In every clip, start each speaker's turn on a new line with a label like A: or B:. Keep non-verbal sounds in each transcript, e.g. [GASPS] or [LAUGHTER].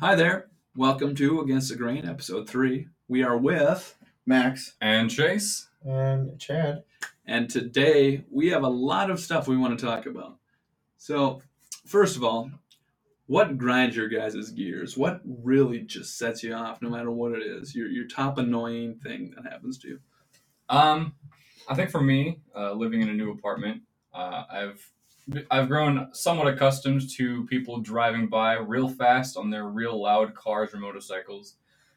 A: Hi there. Welcome to Against the Grain, episode three. We are with,
B: Max.
C: And Chase,
D: and Chad.
A: and today we have a lot of stuff we want to talk about. So, first of all, what grinds your guys' gears? What really just sets you off, no matter what it is? Your, your top annoying thing that happens to you?
C: um, I think for me, uh, living in a new apartment, uh, I've I've grown somewhat accustomed to people driving by real fast on their real loud cars or motorcycles,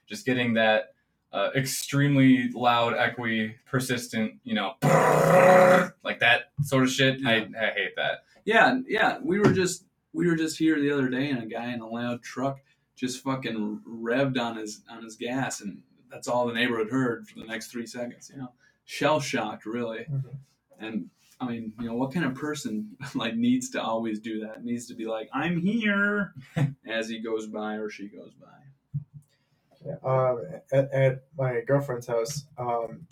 C: just getting that uh, extremely loud, echoey, persistent, you know, [LAUGHS] like that sort of shit. I, I hate that.
A: Yeah, yeah. We were just we were just here the other day, and a guy in a loud truck just fucking revved on his on his gas, and that's all the neighborhood heard for the next three seconds. You know, shell shocked, really.
D: Mhm.
A: And I mean, you know, what kind of person [LAUGHS] like needs to always do that? Needs to be like, "I'm here,"
B: [LAUGHS]
A: as he goes by or she goes by. [LAUGHS]
D: Yeah. Um, at, at my girlfriend's house, um,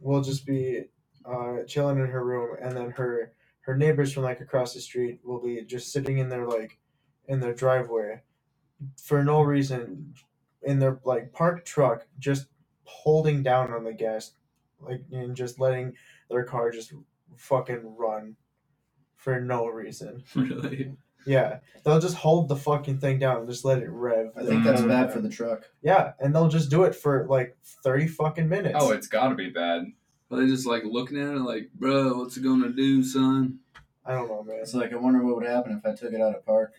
D: we'll just be uh, chilling in her room, and then her her neighbors from like across the street will be just sitting in their like in their driveway for no reason in their like parked truck, just holding down on the gas, like and just letting their car just fucking run for no reason.
A: really,
D: Yeah, they'll just hold the fucking thing down and just let it rev.
B: I think that's
C: Mm.
B: bad for the truck.
D: Yeah, and they'll just do it for like thirty fucking minutes.
C: Oh, it's got to be bad.
A: but they just like looking at it like, "Bro, what's it gonna do,
B: [LAUGHS]
A: son?"
D: I don't know, man.
B: It's like I wonder what would happen if I took it out of park.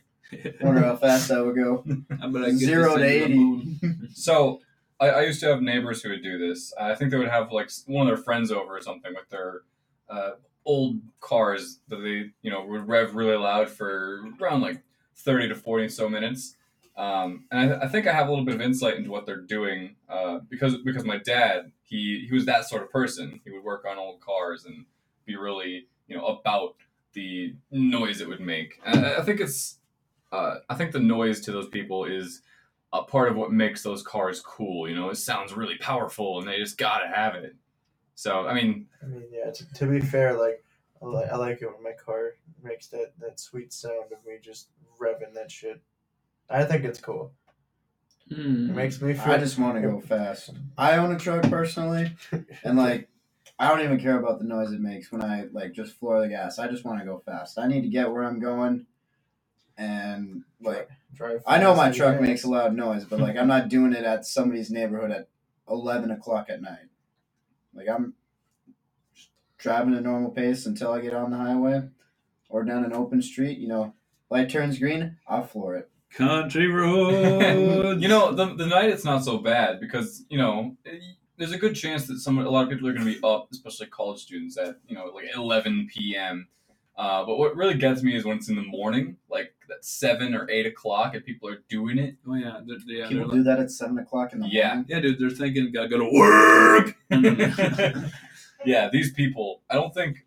B: Wonder how fast that would go.
A: [LAUGHS] I bet I get this
B: Zero to
A: thing in the
B: 80.
A: moon.
C: So I, I used to have neighbors who would do this. I think they would have like s- one of their friends over or something with their uh, old cars that they you know would rev really loud for around like thirty to forty so minutes. Um, and I, I think I have a little bit of insight into what they're doing uh, because because my dad he he was that sort of person. He would work on old cars and be really you know about the noise it would make. And I, I think it's uh, I think the noise to those people is a part of what makes those cars cool. You know, it sounds really powerful, and they just gotta have it. So I mean, [LAUGHS]
D: I mean, yeah. To, to be fair, like I, li- I like it when my car makes that that sweet sound of me just revving that shit. I think it's cool. It
A: Hmm.
D: makes me feel.
B: Mm-hmm. I just want to go fast. I own a truck personally, and like I don't even care about the noise it makes when I like just floor the gas. I just want to go fast. I need to get where I'm going, and like
D: drive.
B: I know my
D: fast,
B: truck
D: yeah.
B: makes a loud noise, but like I'm not doing it at somebody's neighborhood at eleven o'clock at night. Like I'm just driving at a normal pace until I get on the highway or down an open street. You know, light turns green, I'll floor it. [LAUGHS]
A: Country roads.
C: you know, the, the night it's not so bad because you know eh, there's a good chance that some a lot of people are going to be up, especially college students, at you know like 11 p.m. Uh, but what really gets me is when it's in the morning, like that seven or eight o'clock, and people are doing it.
A: Oh yeah, they're, yeah. They're
B: People
A: like,
B: do that at seven o'clock in the
C: Yeah.
B: morning.
A: yeah, dude. They're thinking, gotta go to
B: [LAUGHS]
A: work.
B: Mm-hmm.
C: [LAUGHS] yeah, these people. I don't think.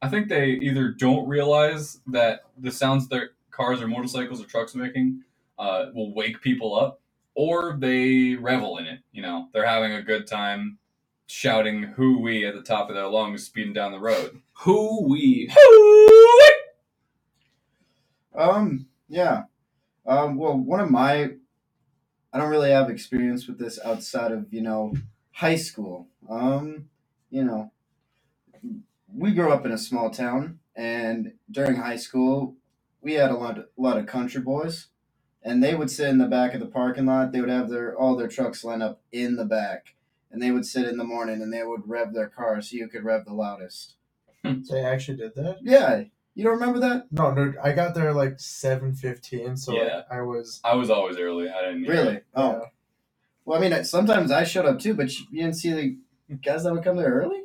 C: I think they either don't realize that the sounds their cars or motorcycles or trucks making uh, will wake people up, or they revel in it. You know, they're having a good time, shouting "Hoo wee" at the top of their lungs, speeding down the road.
A: [LAUGHS] Who we?
B: [LAUGHS] Um, yeah. Um, well, one of my, I don't really have experience with this outside of you know high school. Um, you know, we grew up in a small town, and during high school, we had a lot, a lot of country boys, and they would sit in the back of the parking lot. They would have their all their trucks lined up in the back, and they would sit in the morning and they would rev their car so you could rev the loudest.
D: They actually did that.
B: Yeah, you don't remember that?
D: No, dude. I got there like seven fifteen, so like,
C: Yeah.
D: I was.
C: I was always early. I didn't hear it.
B: Really? Oh. Well, I mean, I- sometimes I showed up too, but you you didn't see the guys that would come there early.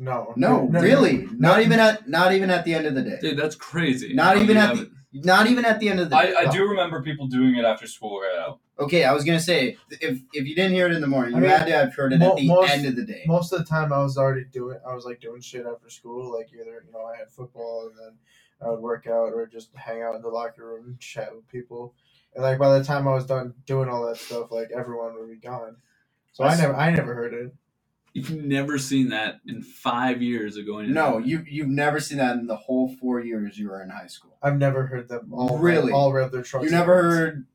D: No.
B: No,
D: Dude,
B: really, not even at not even at the end of the day.
A: Dude, that's crazy.
B: Not
A: How do
B: even
A: you
B: at
A: have
B: the-
A: it?
B: Not even at the end of the day.
C: I, I do remember people doing it after school right out.
B: Okay, I was gonna say if if you didn't hear it in the morning,
D: I
B: you
D: mean,
B: had to have heard it
D: mo-
B: at the
D: most-
B: end of the day.
D: most of the time I was already doing I was like doing shit after school like either you know I had football and then I would work out or just hang out in the locker room and chat with people and like by the time I was done doing all that stuff like everyone would be gone so I
B: That's-
D: never I never heard it
A: You've never seen that in five years of going. to
B: No,
A: that.
B: you you've never seen that in the whole four years you were in high school.
D: I've never heard them all
B: Really?
D: all rev their trucks
B: You never heard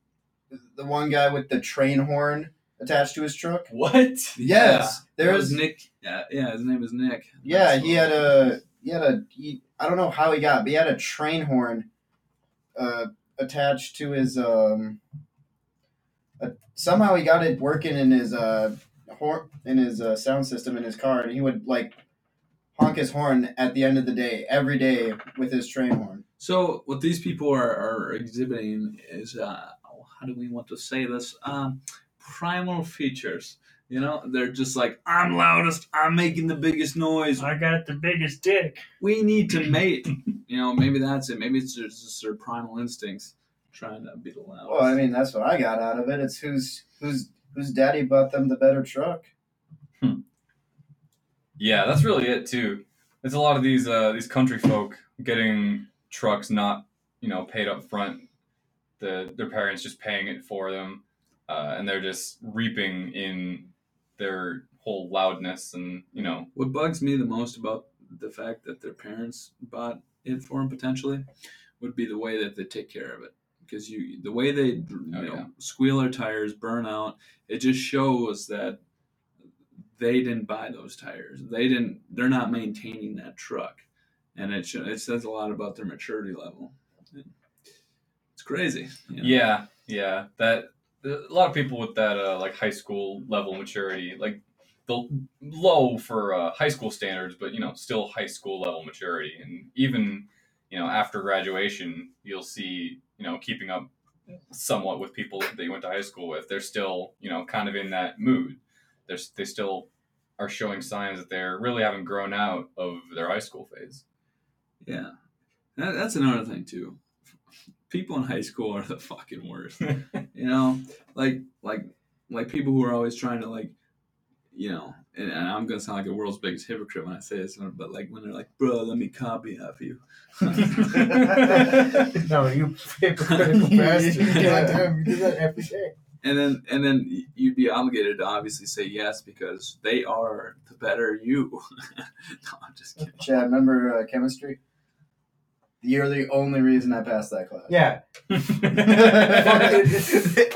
B: the one guy with the train horn attached to his truck?
C: What?
B: Yes,
A: Yeah.
B: there
A: That was
B: is.
A: Nick. Yeah, yeah, his name is Nick.
B: Yeah,
A: That's
B: he
A: what-
B: had a he had a he, I don't know how he got, but he had a train horn uh, attached to his um. Uh, somehow he got it working in his uh horn in his uh, sound system in his car, and he would like honk his horn at the end of the day every day with his train horn.
A: So what these people are, are exhibiting is uh, how do we want to say this? Um, primal features. You know, they're just like I'm loudest. I'm making the biggest noise.
E: I got the biggest dick.
A: We need to mate. You know, maybe that's it. Maybe it's just, just their primal instincts trying to be the loudest.
B: Well, I mean that's what I got out of it. It's who's who's whose daddy bought them the better truck.
C: Yeah, that's really it too. It's a lot of these uh, these country folk getting trucks not you know paid up front. The their parents just paying it for them, uh, and they're just reaping in their whole loudness and you know
A: What bugs me the most about the fact that their parents bought it for them potentially would be the way that they take care of it. Because you, the way they, you know,
C: yeah.
A: squeal their tires, burn out, it just shows that they didn't buy those tires. They didn't. They're not maintaining that truck, and it sho- it says a lot about their maturity level. It's crazy. you know?
C: yeah yeah that a lot of people with that uh, like high school level maturity like the low for uh, high school standards but you know still high school level maturity and even you know after graduation you'll see you know keeping up somewhat with people that you went to high school with they're still you know kind of in that mood they're, s- they still are showing signs that they're really haven't grown out of their high school phase
A: Yeah, that, that's another thing too. People in high school are the fucking worst. you know, like like like people who are always trying to like, you know, and, and I'm gonna sound like the world's biggest hypocrite when I say this, but like when they're like, "Bro, let me copy off you." [LAUGHS]
D: [LAUGHS]
B: yeah,
D: No, you hypocritical bastard. [LAUGHS] You do that to him. You do that every day.
A: and then and then y- you'd be obligated to obviously say yes because they are the better you. [LAUGHS] no, I'm just kidding.
B: remember uh, chemistry? You're the only reason I passed that class.
D: Yeah. [LAUGHS]
B: [LAUGHS]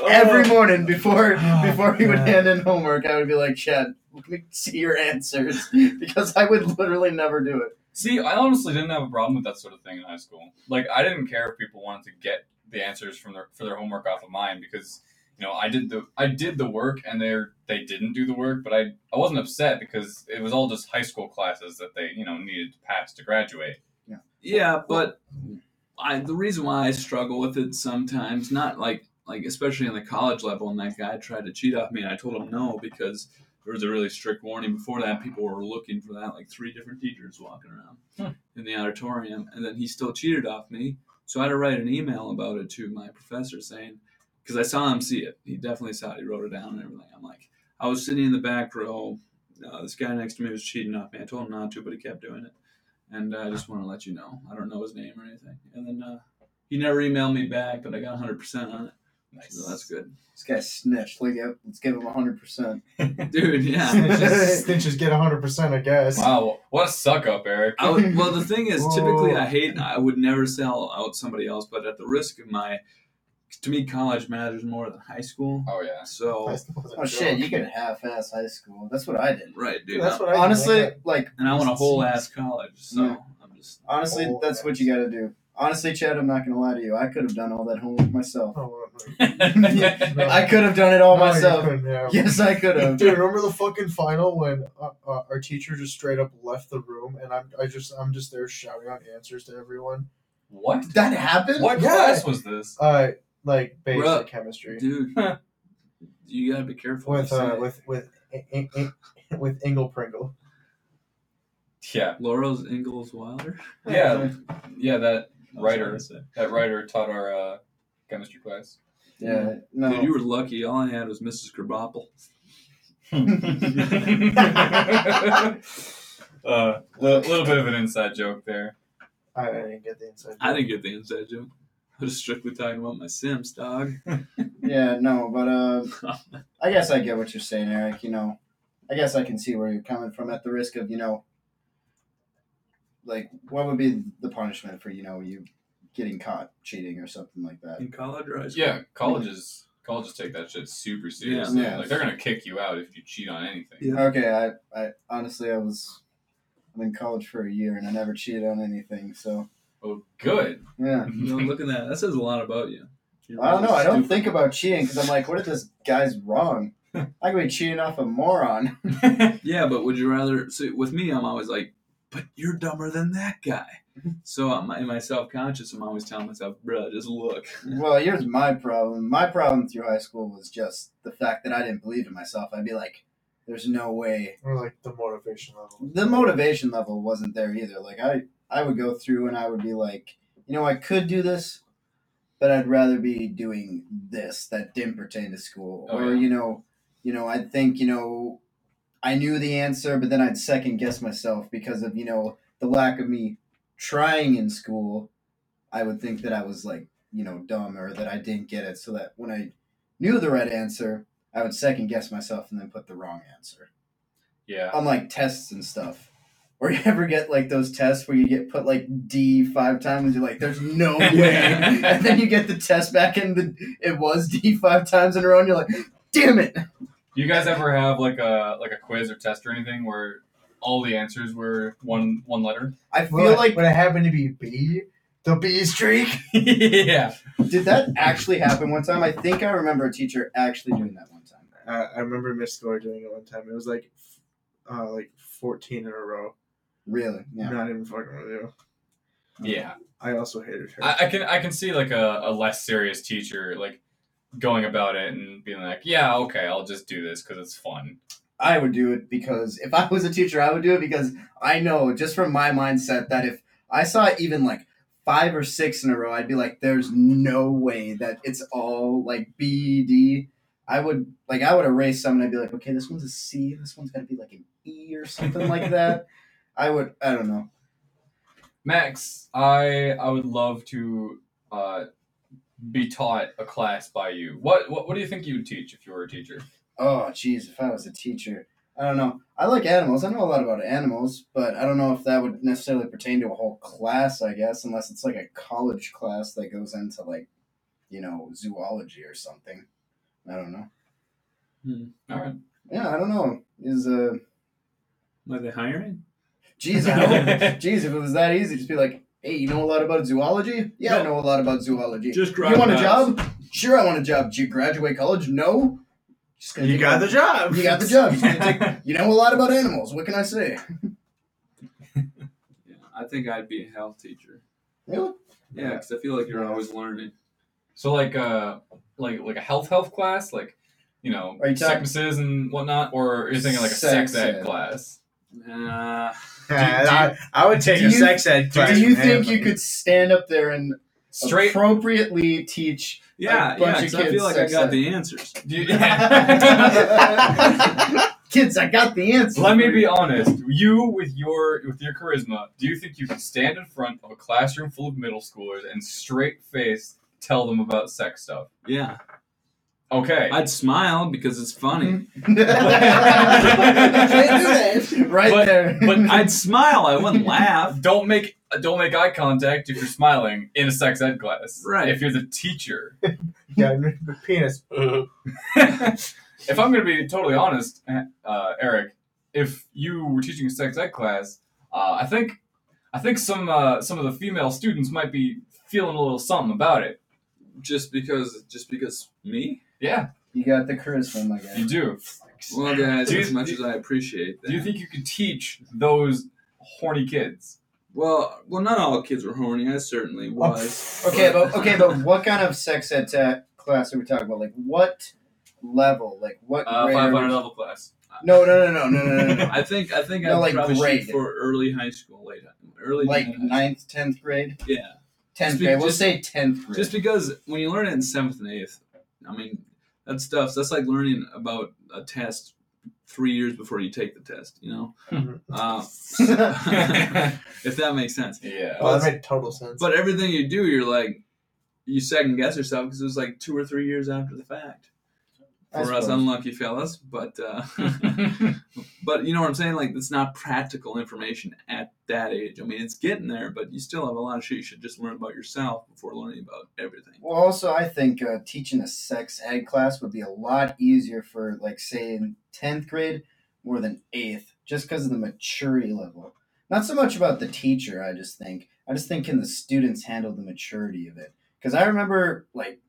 B: Every morning before
D: Oh,
B: before he would
D: God.
B: hand in homework, I would be like, Chad, let me see your answers [LAUGHS] because I would literally never do it.
C: See, I honestly didn't have a problem with that sort of thing in high school. Like, I didn't care if people wanted to get the answers from their for their homework off of mine because you know I did the I did the work and they they didn't do the work, but I I wasn't upset because it was all just high school classes that they you know needed to pass to graduate.
A: Yeah, but I the reason why I struggle with it sometimes, not like like especially on the college level, and that guy tried to cheat off me, and I told him no because there was a really strict warning before that. People were looking for that, like three different teachers walking around
C: Hmm.
A: in the auditorium, and then he still cheated off me. So I had to write an email about it to my professor saying, because I saw him see it. He definitely saw it. He wrote it down and everything. I'm like, I was sitting in the back row. Uh, this guy next to me was cheating off me. I told him not to, but he kept doing it and uh, I just want to let you know. I don't know his name or anything. And then uh, he never emailed me back, but I got 100% on it. So that's good.
B: This guy snitched. Like, yeah, let's give him hundred percent.
A: Dude,
D: [LAUGHS]
A: yeah.
D: Snitches, snitches get 100%, I guess. [LAUGHS]
C: Wow, what a suck up, Eric.
A: I would, well, the thing is, typically
D: Whoa.
A: I hate, I would never sell out somebody else, but at the risk of my, to me, college matters more than high school.
C: Oh
A: [LAUGHS]
C: yeah,
A: So,
B: Oh shit, you could half-ass high school. That's what I did.
A: right, dude.
D: That's what I
B: Honestly, like
A: and I want a whole ass college. So I'm just,
B: honestly,
D: Whole
B: that's what you gotta do. Honestly, Chad, I'm not gonna lie to you. I could have done all that homework myself.
D: Oh,
B: I could have done it all
D: no, you
B: myself.
D: couldn't have.
B: Yes, I could have.
D: [LAUGHS] Dude, remember the fucking final when uh, uh, our teacher just straight up left the room, and I'm I just I'm just there shouting out answers to everyone.
C: what?
B: That happened?
C: What
D: Yeah.
C: class was this?
D: Uh, like basic
A: Bruh.
D: chemistry
A: dude, you gotta be careful.
D: with
A: what you
D: uh,
A: say.
D: with with in- in- in- with Ingle Pringle.
C: Yeah,
A: Laurel's Ingalls Wilder.
C: yeah, yeah. That
A: I was trying
C: writer,
A: to say.
C: that writer taught our uh, chemistry class.
B: Yeah, no.
A: Dude, you were lucky. All I had was Mrs. Krabappel.
C: Hmm. [LAUGHS] uh, little, little bit of an inside joke there.
D: I, I didn't get the inside.
A: I didn't get the inside joke. I was strictly talking about my Sims, dog. [LAUGHS]
B: Yeah, no, but uh, I guess I get what you're saying, Eric. You know, I guess I can see where you're coming from at the risk of, you know, like what would be the punishment for, you know, you getting caught cheating or something like that?
A: In college or high school?
C: Yeah, college is colleges take that shit super seriously.
B: Yeah.
C: Like they're gonna kick you out if you cheat on anything.
A: Yeah.
B: Okay, I, I honestly I was I'm in college for a year and I never cheated on anything, so
C: Oh, good. [LAUGHS]
B: yeah.
A: You know, look at that. That says a lot about you. You're
B: I don't know. I don't
A: stupid.
B: think about cheating because I'm like, what if this guy's
A: [LAUGHS]
B: wrong? I could be cheating off a moron.
A: Yeah, but would you rather? So with me, I'm always like, but you're dumber than that guy.
B: Mhm.
A: So I'm, in my self conscious, I'm always telling myself, bruh, just look. [LAUGHS]
B: well, here's my problem. My problem through high school was just the fact that I didn't believe in myself. I'd be like, there's no way.
D: Or like the motivation level.
B: The motivation level wasn't there either. Like I, I would go through and I would be like, you know, I could do this, but I'd rather be doing this that didn't pertain to school.
C: Oh,
B: or
C: yeah.
B: you know, you know, I'd think, you know, I knew the answer, but then I'd second guess myself because of you know the lack of me trying in school. I would think that I was like you know dumb or that I didn't get it. So that when I knew the right answer, I would second guess myself and then put the wrong answer
C: Yeah.
B: on like tests and stuff. Or you ever get like those tests where you get put like D five times, you're like, there's no way. and then you get the test back and the, it was D five times in a row, and you're like, damn it.
C: Do you guys ever have like a like a quiz or test or anything where all the answers were one one letter?
B: I feel
D: Well,
B: like,
D: when it happened to be B, the B streak.
C: yeah.
B: did that actually happen one time? I think I remember a teacher actually doing that one time.
D: I, I remember Miss Gore doing it one time. It was like, uh, like fourteen in a row.
B: Really? Yeah.
D: Not even fucking with you.
C: Yeah.
D: I also hated her.
C: I, I can I can see like a, a less serious teacher like going about it and being like, yeah, okay, I'll just do this because it's fun.
B: I would do it because if I was a teacher, I would do it because I know just from my mindset that if I saw even like five or six in a row, I'd be like, there's no way that it's all like B, D. I would like I would erase some and I'd be like, okay, this one's a C, this one's gotta be like an E or something like that. I would I don't know.
C: Max, I I would love to uh, be taught a class by you. What what what do you think you would teach if you were a teacher?
B: Oh jeez, if I was a teacher. I don't know. I like animals. I know a lot about animals, but I don't know if that would necessarily pertain to a whole class, I guess, unless it's like a college class that goes into like, you know, zoology or something. I don't know.
C: All right.
B: Yeah, I don't know. Is uh
A: Are they hiring?
B: jeez, I
D: [LAUGHS]
B: hope jeez, if it was that easy, just be like, Hey, you know a lot about zoology? Yeah, I know a lot about zoology.
A: Just
B: you want a
A: crocodiles. [LAUGHS]
B: job? [LAUGHS] Sure I want a job. Did you graduate college? No? Just gonna
D: you
B: take
D: got
B: my-
D: the job. [LAUGHS]
B: You got the job. Just gonna take- you know a lot about animals. What can I say?
A: Yeah, I think I'd be a health teacher.
B: Really?
A: Yeah, because I feel like you're always learning.
C: so like uh like like a health health class like you know
B: Are you talking-
C: sicknesses and whatnot, or are you thinking like a
B: Sex
C: sex ed
B: ed.
C: class?
A: Uh,
D: I, I would take
B: do
D: a
B: you-
D: sex ed class.
B: Do you
D: man.
B: think you could stand up there and
C: Straight.
B: appropriately teach?
A: yeah,
B: bunch
A: yeah,
B: of
A: 'cause I
B: kids
A: feel like I
B: sex
A: got
B: ed.
A: the answers.
C: do you-
B: [LAUGHS]
C: [LAUGHS]
B: Kids, I got the answer.
C: Let me be [LAUGHS]
B: [LAUGHS]
C: honest. You with your with your charisma, do you think you can stand in front of a classroom full of middle schoolers and straight face tell them about sex stuff?
A: [LAUGHS] Yeah,
C: Okay.
A: I'd smile because it's funny.
B: Mm-hmm. Can't do that. Right
C: But-
B: there. [LAUGHS]
C: but
A: [LAUGHS] [LAUGHS]
C: I-
A: I'd smile. I wouldn't laugh.
C: don't make don't make eye contact if you're smiling in a sex ed class.
A: Right.
C: If you're the teacher.
D: Yeah, the
B: [LAUGHS]
D: [LAUGHS] penis.
C: if I'm going to be totally honest, uh, Eric, if you were teaching a sex ed class, uh, I think I think some uh, some of the female students might be feeling a little something about it.
A: Just because, just because me.
C: Yeah,
B: you got the charisma, my guy.
C: you do.
A: Well, guys,
C: Do you-
A: as much
C: do-
A: as I appreciate that,
C: Do you think you could teach those horny kids?
A: well, well, not all kids were horny. I certainly
C: Oh,
A: was.
B: Okay, but okay, but what kind of sex ed ta- class are we talking about? Like what level? Like what
C: Uh,
B: grade?
C: 500 level class.
B: No, no, no, no, no, no, no,
A: [LAUGHS]
B: no.
A: I think I think
B: No,
A: I'd
B: like,
A: probably
B: grade.
A: shoot for early high school, late early
B: like
A: high school.
B: ninth, tenth grade,
A: Yeah,
B: tenth
A: Just be-
B: grade. We'll
A: just-
B: say tenth grade.
A: just because when you learn it in seventh and eighth, I mean that stuff. That's like learning about a test three years before you take the test. You know,
C: Hmm.
D: Mhm.
B: [LAUGHS]
A: uh, [LAUGHS]
C: yeah.
A: if that makes sense.
D: Well, Oh, that made total sense.
A: But everything you do, you're like you second guess yourself because it was like two or three years after the fact.
B: I
A: for us
B: suppose.
A: unlucky fellas. But
B: [LAUGHS]
A: uh, but you know what I'm saying? Like it's not practical information at that age. I mean, it's getting there, but you still have a lot of shit you should just learn about yourself before learning about everything.
B: Well, also, I think uh, teaching a sex ed class would be a lot easier for, like, say, in 10th grade more than 8th, just because of the maturity level. Not so much about the teacher, I just think. I just think can the students handle the maturity of it? Because I remember, like,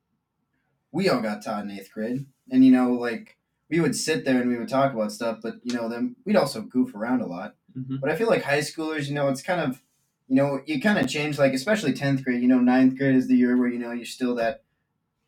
B: we all got taught in 8th grade, and, you know, like, we would sit there and we would talk about stuff, but, you know, then we'd also goof around a lot.
C: Mm-hmm.
A: Mhm.
B: But I feel like high schoolers, you know, it's kind of you know, you kind of change, like, especially 10th grade, you know, 9th grade is the year where, you know, you're still that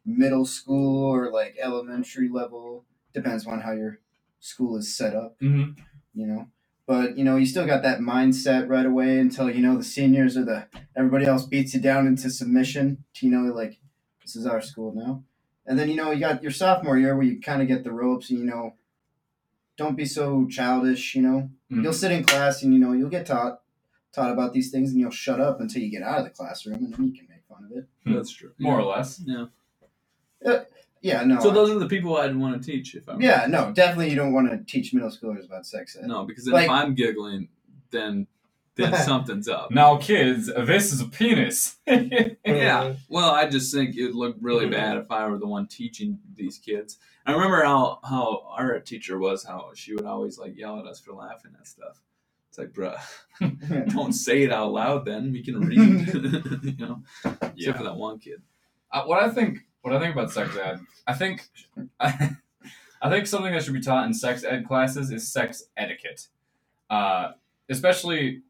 B: middle school or like elementary level. Depends on how your school is set up,
C: Mhm.
B: you know. But, you know, you still got that mindset right away until, you know, the seniors or the everybody else beats you down into submission to, you know, like, this is our school now. And then, you know, you got your sophomore year where you kind of get the ropes and, you know, don't be so childish, you know.
C: Mhm.
A: Mm-hmm.
B: You'll sit in class and, you know, you'll get taught taught about these things and you'll shut up until you get out of the classroom and then you can make fun of it.
C: Hmm.
A: Mm-hmm. That's true.
C: [LAUGHS] More or less.
A: Yeah.
B: Yeah, no.
A: So those are the people I'd want to teach if I'm.
B: yeah, no, definitely you don't want to teach middle schoolers about sex ed.
A: No, because then
B: Like-
A: if I'm giggling, then
B: [LAUGHS]
A: then something's up.
C: Now, kids, this is a penis. [LAUGHS]
A: Yeah. Well, I just think it'd look really bad if I were the one teaching these kids. I remember how how our teacher was, how she would always like yell at us for laughing at stuff. It's like, bruh, [LAUGHS] don't say it out loud. Then we can [LAUGHS] read, you know. Except for that one kid.
C: Uh, what I think, what I think about sex ed, I think, [LAUGHS] I, think something that should be taught in sex ed classes is sex etiquette. Uh, especially,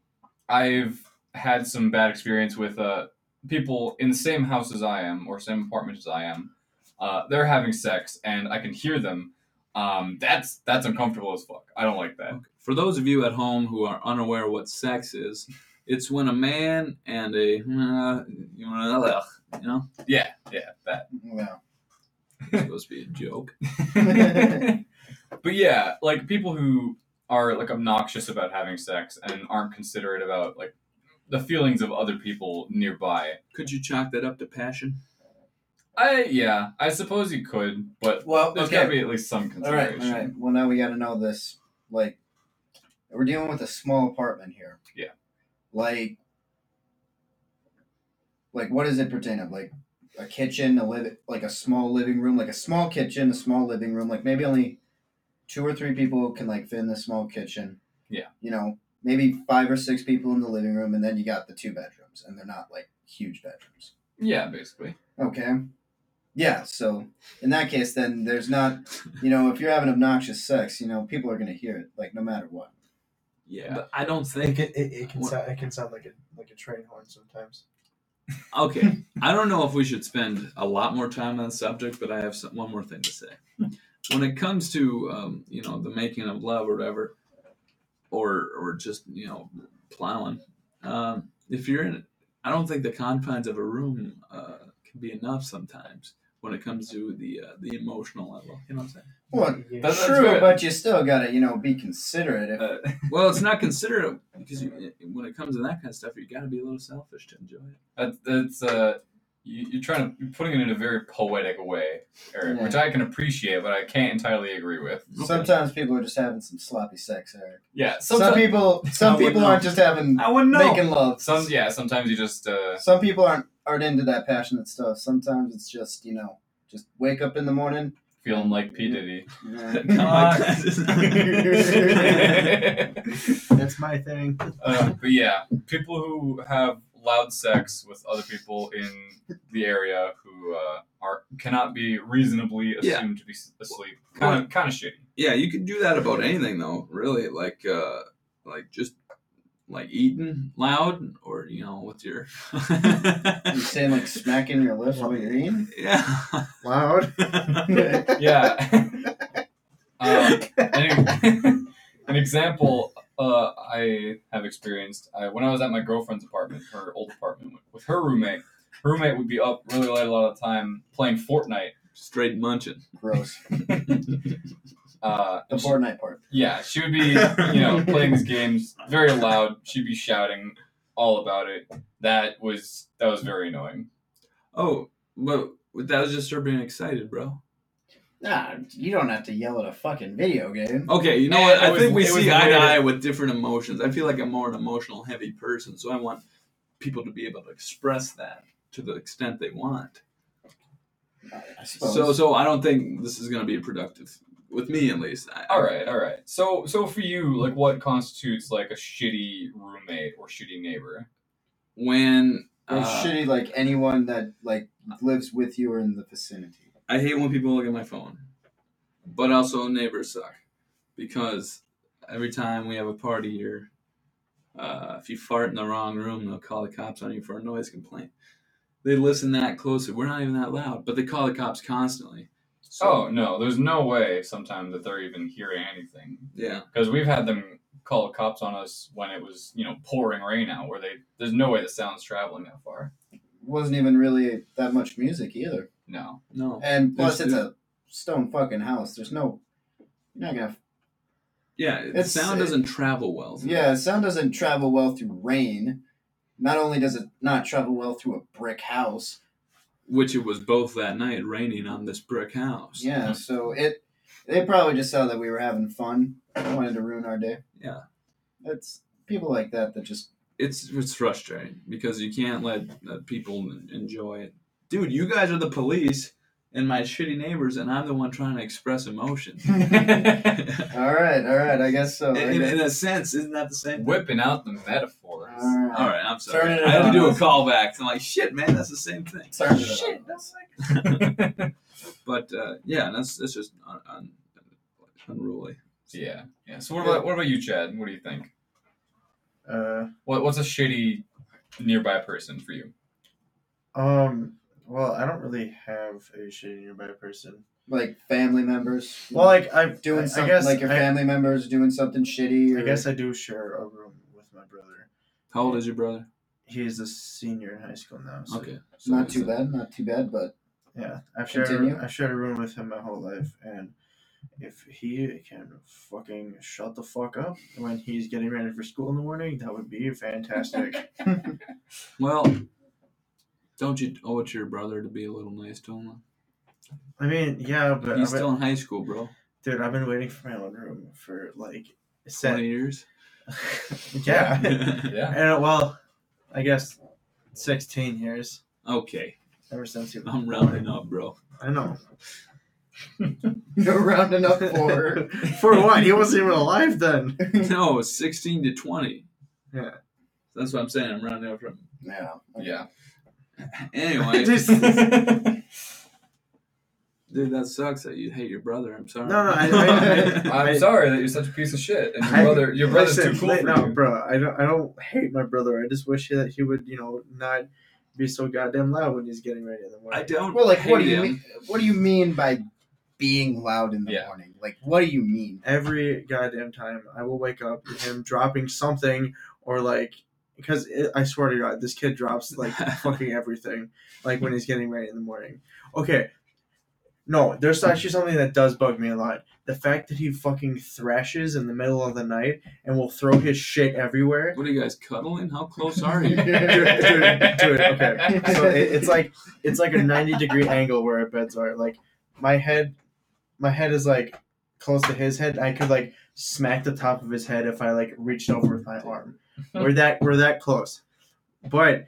C: I've had some bad experience with uh, people in the same house as I am or same apartment as I am. Uh, they're having sex, and I can hear them. Um, that's that's uncomfortable as fuck. I don't like that.
A: For those of you at home who are unaware what sex is, it's when a man and a uh, you know
C: Yeah, yeah, that.
B: Wow.
A: it's supposed to be a joke.
B: [LAUGHS]
C: but yeah, like people who are like obnoxious about having sex and aren't considerate about like the feelings of other people nearby.
A: Could you chalk that up to passion?
C: I yeah, I suppose you could, but
B: Well,
C: there's gotta be at least some
B: All right,
C: consideration.
B: all right. Well, now we got to know this. Like, we're dealing with a small apartment here.
C: Yeah.
B: Like, like what does it pertain of? Like a kitchen, a live, like a small living room, like a small kitchen, a small living room. Like maybe only two or three people can like fit in the small kitchen.
C: Yeah.
B: You know, maybe five or six people in the living room, and then you got the two bedrooms, and they're not like huge bedrooms.
C: Yeah, basically.
B: Okay. Yeah, so in that case, then there's not, you know, if you're having obnoxious sex, you know, people are going to hear it, like, no matter what.
A: Yeah, but I don't
D: It
A: think
D: can, it, it can
A: What-
D: sound it can sound like a like a train horn sometimes.
A: Okay, I don't know if we should spend a lot more time on the subject, but I have some, one more thing to say. When it comes to um, you know the making of love or whatever, or or just you know plowing, um, if you're in, I don't think the confines of a room uh, can be enough sometimes when it comes to the uh, the emotional level. You know what I'm saying?
B: Well,
D: Yeah.
C: That's- that's
B: true,
C: good.
B: but you still got to, you know, be considerate. If,
C: Uh,
A: Well, it's not considerate because you, when it comes to that kind of stuff, you got to be a little selfish to enjoy it.
C: that, that's uh, you, you're trying to you're putting it in a very poetic way, Eric,
B: Yeah.
C: which I can appreciate, but I can't entirely agree with.
A: Okay.
B: Sometimes people are just having some sloppy sex, Eric.
C: Yeah,
B: some
C: sometimes,
B: people, some
A: I would
B: people
A: know.
B: aren't just having
A: I wouldn't
B: making love.
C: some yeah, sometimes you just uh,
B: Some people aren't aren't into that passionate stuff. Sometimes it's just, you know, just wake up in the morning.
C: feeling like P Diddy.
A: [LAUGHS] Come
C: [LAUGHS]
A: on.
B: [LAUGHS]
D: That's my thing.
C: Uh, but yeah, people who have loud sex with other people in the area who uh, are cannot be reasonably assumed
A: Yeah.
C: to be s- asleep. Kind of, kind of shitty.
A: [LAUGHS] yeah, you can do that about anything though, really. Like uh like just like eating loud or you know, with your [LAUGHS]
B: You're saying, like, smacking your lips while you're eating?
A: Yeah.
D: [LAUGHS] [LAUGHS] Loud.
C: Yeah. um, an, [LAUGHS] an example uh, I have experienced I, when I was at my girlfriend's apartment, her old apartment, with, with her roommate. Her roommate would be up really late a lot of the time playing Fortnite.
A: Straight munching.
B: Gross.
C: Uh,
A: [LAUGHS]
B: The
C: and she-
B: Fortnite part.
C: Yeah, she would be, you know, playing these games very loud. She'd be shouting all about it. That was that was very annoying.
A: Oh, but that was just her being excited, bro.
B: Nah, you don't have to yell at a fucking video game.
A: Okay, you know
C: Yeah,
A: what?
C: it
A: I
C: was-
A: think we
C: it was
A: see eye to
C: weird.
A: eye with different emotions. I feel like I'm more an emotional heavy person, so I want people to be able to express that to the extent they want.
B: I suppose.
A: So, so I don't think this is going to be productive with me, at least. I,
C: All right, all right. So, so for you, like, what constitutes like a shitty roommate or shitty neighbor?
A: When
B: Or
A: uh,
B: shitty, like anyone that like lives with you or in the vicinity.
A: I hate when people look at my phone, but also neighbors suck because every time we have a party here, uh, if you fart in the wrong room, they'll call the cops on you for a noise complaint. They listen that closely. We're not even that loud, but they call the cops constantly.
C: oh no, there's no way sometimes that they're even hearing anything
A: Yeah,
C: because we've had them call cops on us when it was you know pouring rain out where they there's no way the sound's traveling that far.
B: Wasn't even really that much music either.
C: No, [LAUGHS]
A: no.
B: And plus,
A: There's-
B: it's a stone fucking house. There's no. You're not gonna.
A: Yeah, the
B: It's-
A: sound doesn't travel well.
B: Yeah, sound doesn't travel well through rain. Not only does it not travel well through a brick house.
A: Which it was both that night raining on this brick house.
B: Yeah, so it. They probably just saw that we were having fun. They wanted to ruin our day.
A: Yeah.
B: It's people like that that [LAUGHS] just.
A: it's it's frustrating because you can't let uh, people en- enjoy it. Dude, you guys are the police and my shitty neighbors, and I'm the one trying to express emotion. [LAUGHS] in,
B: All right, all right. I guess so. Oh, I
A: in-
B: guess-
A: in a sense, isn't that the same? Thing?
C: whipping out the metaphors.
B: [LAUGHS] all right.
A: All right, I'm sorry.
B: Turn it
A: I had to do a
B: on.
A: callback. I'm like, shit, man, that's the same thing.
B: Turn it on.
A: that's like. but uh, yeah, that's that's just un- un- unruly.
C: yeah, yeah. So what about what about you, Chad? What do you think?
D: Uh,
C: What what's a shitty nearby person for
D: [LAUGHS]
C: you?
D: um. Well, I don't really have a shitty nearby person.
B: like family members.
D: Well, like I've
B: doing
D: I,
B: something
D: I guess
B: like your
D: I,
B: family members doing something shitty. Or,
D: I guess I do share a room with my brother.
A: How old is your brother?
D: He's a senior in high school now. So
A: Okay,
B: not too bad, not too bad, but [LAUGHS]
D: Yeah, I've shared
B: Continue.
D: I've shared a room with him my whole life, and if he can fucking shut the fuck up when he's getting ready for school in the morning, that would be fantastic.
A: Well, don't you owe it to your brother to be a little nice to him?
D: I mean, yeah, but I've
A: He's
D: been-
A: still in high school, bro.
D: dude, I've been waiting for my own room for like
A: Twenty
D: set.
B: [LAUGHS]
A: years.
D: [LAUGHS] yeah,
A: [LAUGHS]
C: Yeah.
D: and uh, well, I guess sixteen years
A: okay,
D: ever since he.
A: I'm rounding up,
D: [LAUGHS]
A: bro.
D: I know.
B: you're rounding up for.
D: [LAUGHS] For what? He wasn't even alive then.
A: No, 16 to 20.
D: Yeah.
A: That's what I'm saying. I'm rounding up
D: [LAUGHS]
A: from.
B: yeah.
C: Yeah.
A: Anyway,
D: Just-
A: dude, that sucks that you hate your brother. I'm sorry.
D: No, no, I-
A: [LAUGHS]
D: I-
C: I'm
D: I-
C: sorry that you're such a piece of shit, and your
D: I-
C: brother, your brother's
D: Listen,
C: too cool
D: li-
C: for
D: no,
C: you.
D: bro. [LAUGHS] I don't. I don't hate my brother. I just wish that he would, you know, not be so goddamn loud when he's getting ready in the morning.
A: I don't.
B: Well, like, what do
A: hate
B: you
A: him.
B: mean? What do you mean by being loud in the
C: Yeah.
B: morning? Like, what do you mean?
D: [LAUGHS] Every goddamn time I will wake up to him dropping something or like, because it, I swear to God, this kid drops
C: [LAUGHS]
D: like fucking everything, like when he's getting ready in the morning. Okay. No, there's actually something that does bug me a lot. The fact that he fucking thrashes in the middle of the night and will throw his shit everywhere.
A: What are you guys cuddling? How close are you?
D: [LAUGHS] dude, dude, dude, okay.
C: [LAUGHS]
D: So it, it's like it's like a ninety degree angle where our beds are. Like my head, my head is like close to his head. I could like smack the top of his head if I like reached over with my arm. We're that we're that close. But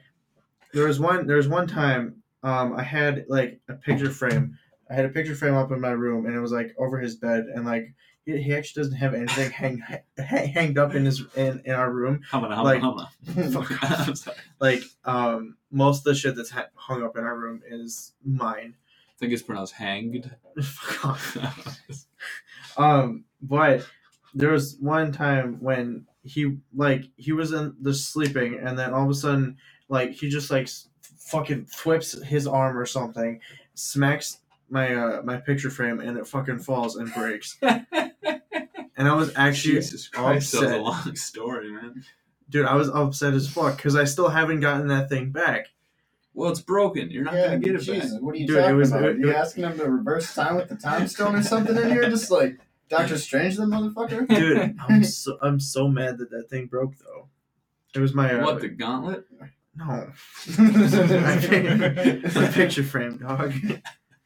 D: there was one there was one time um, I had like a picture frame. I had a picture frame up in my room, and it was like over his bed, and like he, he actually doesn't have anything hang, [LAUGHS] hang, hanged up in his in, in our room.
A: Humma, humma,
D: Like- [LAUGHS]
A: humma. [LAUGHS] I'm sorry.
D: Like, um, most of the shit that's ha- hung up in our room is mine. [LAUGHS]
A: I think it's pronounced hanged. [LAUGHS]
D: Fuck off. um, but there was one time when he like he was in the sleeping, and then all of a sudden, like he just like s- fucking whips his arm or something, smacks my uh my picture frame, and it fucking falls and breaks. and I was actually
A: Jesus Christ, that was a
D: upset.
A: long story, man.
D: dude, I was upset as fuck because I still haven't gotten that thing back.
A: Well, it's broken. You're not
B: yeah,
A: gonna get it
B: Jesus,
A: back.
B: what are you
D: Dude, it
B: talking
D: was-
B: about?
D: it-
B: you
D: it-
B: asking him to reverse time with the time stone or something in here? Just like Doctor Strange, the
D: [LAUGHS]
B: motherfucker. [LAUGHS]
D: dude i'm so i'm so mad that that thing broke though it was my uh,
A: What the gauntlet?
D: no [LAUGHS]
B: I
D: my picture frame dog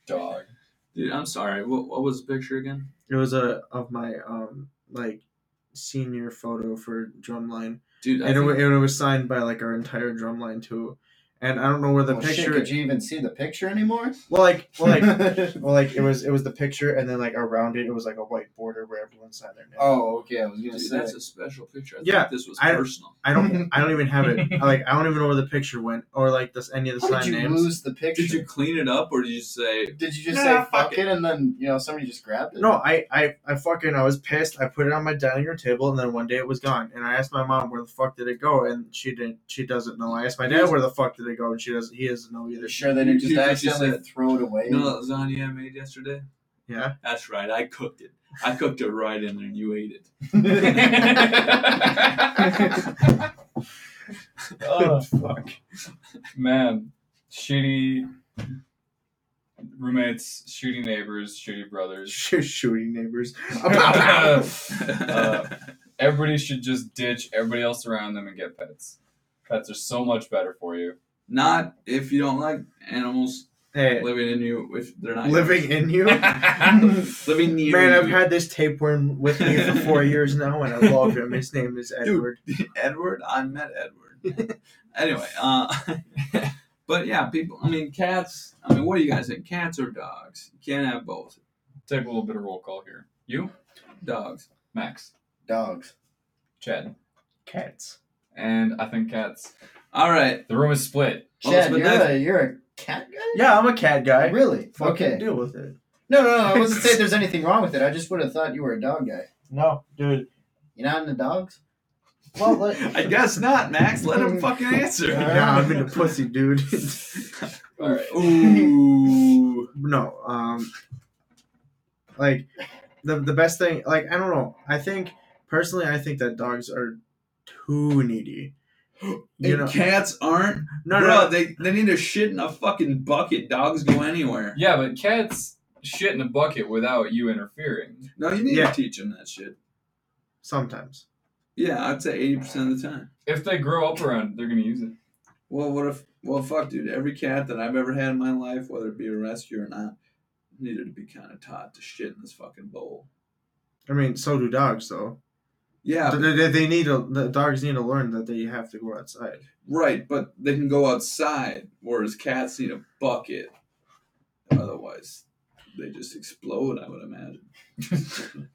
C: Dog.
A: Dude, I'm sorry. What, what was the picture again?
D: It was a of my um like senior photo for drumline,
A: Dude, I
D: and it, wa-
A: think-
D: and it was signed by like our entire drumline too. And I don't know where the
B: Well, shit,
D: picture.
B: could you even see the picture anymore?
D: well, like, well, [LAUGHS] like,
B: Like,
D: well, like, it was, it was the picture, and then like around it, it was like a white border where everyone signed their name.
B: [LAUGHS] oh, okay. I was gonna
A: dude,
B: say
A: that's a special picture. I
D: Yeah,
A: thought this was
D: I-
A: personal.
D: I don't, I don't even have it.
B: [LAUGHS]
D: I, like, I don't even know where the picture went, or like this any of the
B: How did
D: signed
B: you
D: names.
B: lose the picture?
A: Did you clean it up or did you say,
B: Did you just
D: Nah, fuck
B: say fuck, it. and then you know somebody just grabbed it?
D: No, I, I, I fucking, I was pissed. I put it on my dining room table, and then one day it was gone. And I asked my mom where the fuck did it go, and she didn't, she doesn't know. I asked my dad where the fuck did it go, and she doesn't, he doesn't know either.
B: You're sure they didn't
A: You-
B: just
A: you- you
B: accidentally
A: said-
B: throw it away?
A: you
D: [LAUGHS]
A: know that lasagna I made yesterday? [LAUGHS]
D: Yeah.
A: That's right. I cooked it. I cooked it right in there and you ate it.
C: Oh,
D: fuck.
C: man, shitty roommates, shitty neighbors, shitty brothers.
D: [LAUGHS] Sh- shooting [LAUGHS] neighbors. [LAUGHS]
C: Uh, Everybody should just ditch everybody else around them and get pets. Pets are so much better for you.
A: Not if you don't like animals
D: hey,
A: living in you, if they're not
D: living
C: [LAUGHS]
D: in you. [LAUGHS]
A: living near
D: Man, I've
A: you.
D: had this tapeworm with me for four years now, and I love him. His name is Edward.
A: Edward. I met Edward.
D: [LAUGHS]
A: anyway, uh, [LAUGHS] but yeah, people. I mean, cats. I mean, what do you guys think? Cats or dogs? You can't have both.
C: Take a little bit of roll call here. You,
A: Dogs.
C: Max,
B: [LAUGHS] Dogs.
C: Chad,
D: Cats.
C: and I think cats.
A: All right.
C: The room is split.
A: Well,
B: Chad,
A: it's been
B: you're
A: nice.
B: a, you're a cat guy.
D: Yeah, I'm a cat guy.
B: Really?
D: Fucking
B: okay.
D: Deal with it.
B: No, no, no. I wasn't saying there's anything wrong with it. I just would have thought you were a dog guy.
D: No, dude.
B: You're not into dogs.
D: Well, let,
A: [LAUGHS] I guess not, Max. Let
D: [LAUGHS]
A: him fucking answer.
D: yeah, I'm into pussy, dude.
C: All right.
D: [LAUGHS]
A: Ooh.
D: no, um, like the the best thing. Like I don't know. I think personally, I think that dogs are too
B: [GASPS]
D: needy. You
A: and
D: know,
A: cats aren't.
D: no,
A: Bro,
D: no,
A: They they need to shit in a fucking bucket. Dogs go anywhere.
C: Yeah, but cats shit in a bucket without you interfering.
A: No, you need
D: Yeah.
A: to teach them that shit.
D: sometimes.
A: Yeah, I'd say eighty percent of the time.
C: If they grow up around, it, they're gonna use it.
A: Well, what if? Well, fuck, dude. Every cat that I've ever had in my life, whether it be a rescue or not, needed to be kind of taught to shit in this fucking bowl.
D: I mean, so do dogs, though.
A: Yeah,
D: They, they, they need to. The dogs need to learn that they have to go outside.
A: right. But they can go outside, whereas cats need a bucket. Otherwise, they just explode. I would imagine. [LAUGHS]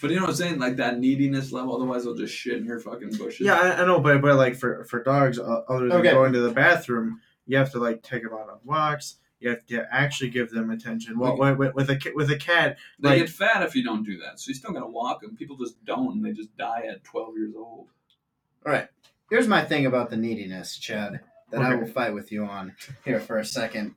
A: but you know what I'm saying? Like that neediness level. Otherwise, they'll just shit in your fucking bushes.
D: Yeah, I, I know, but but like for for dogs, uh, other than
B: Okay.
D: going to the bathroom, you have to like take them out on walks. You have to actually give them attention. Well, with, with, with a ki- with a cat,
A: They
D: like-
A: get fat if you don't do that. So you still gotta walk them. People just don't, and they just die at 12 years old.
B: All right. Here's my thing about the neediness, Chad, that I
D: Okay.
B: will fight with you on here for a second.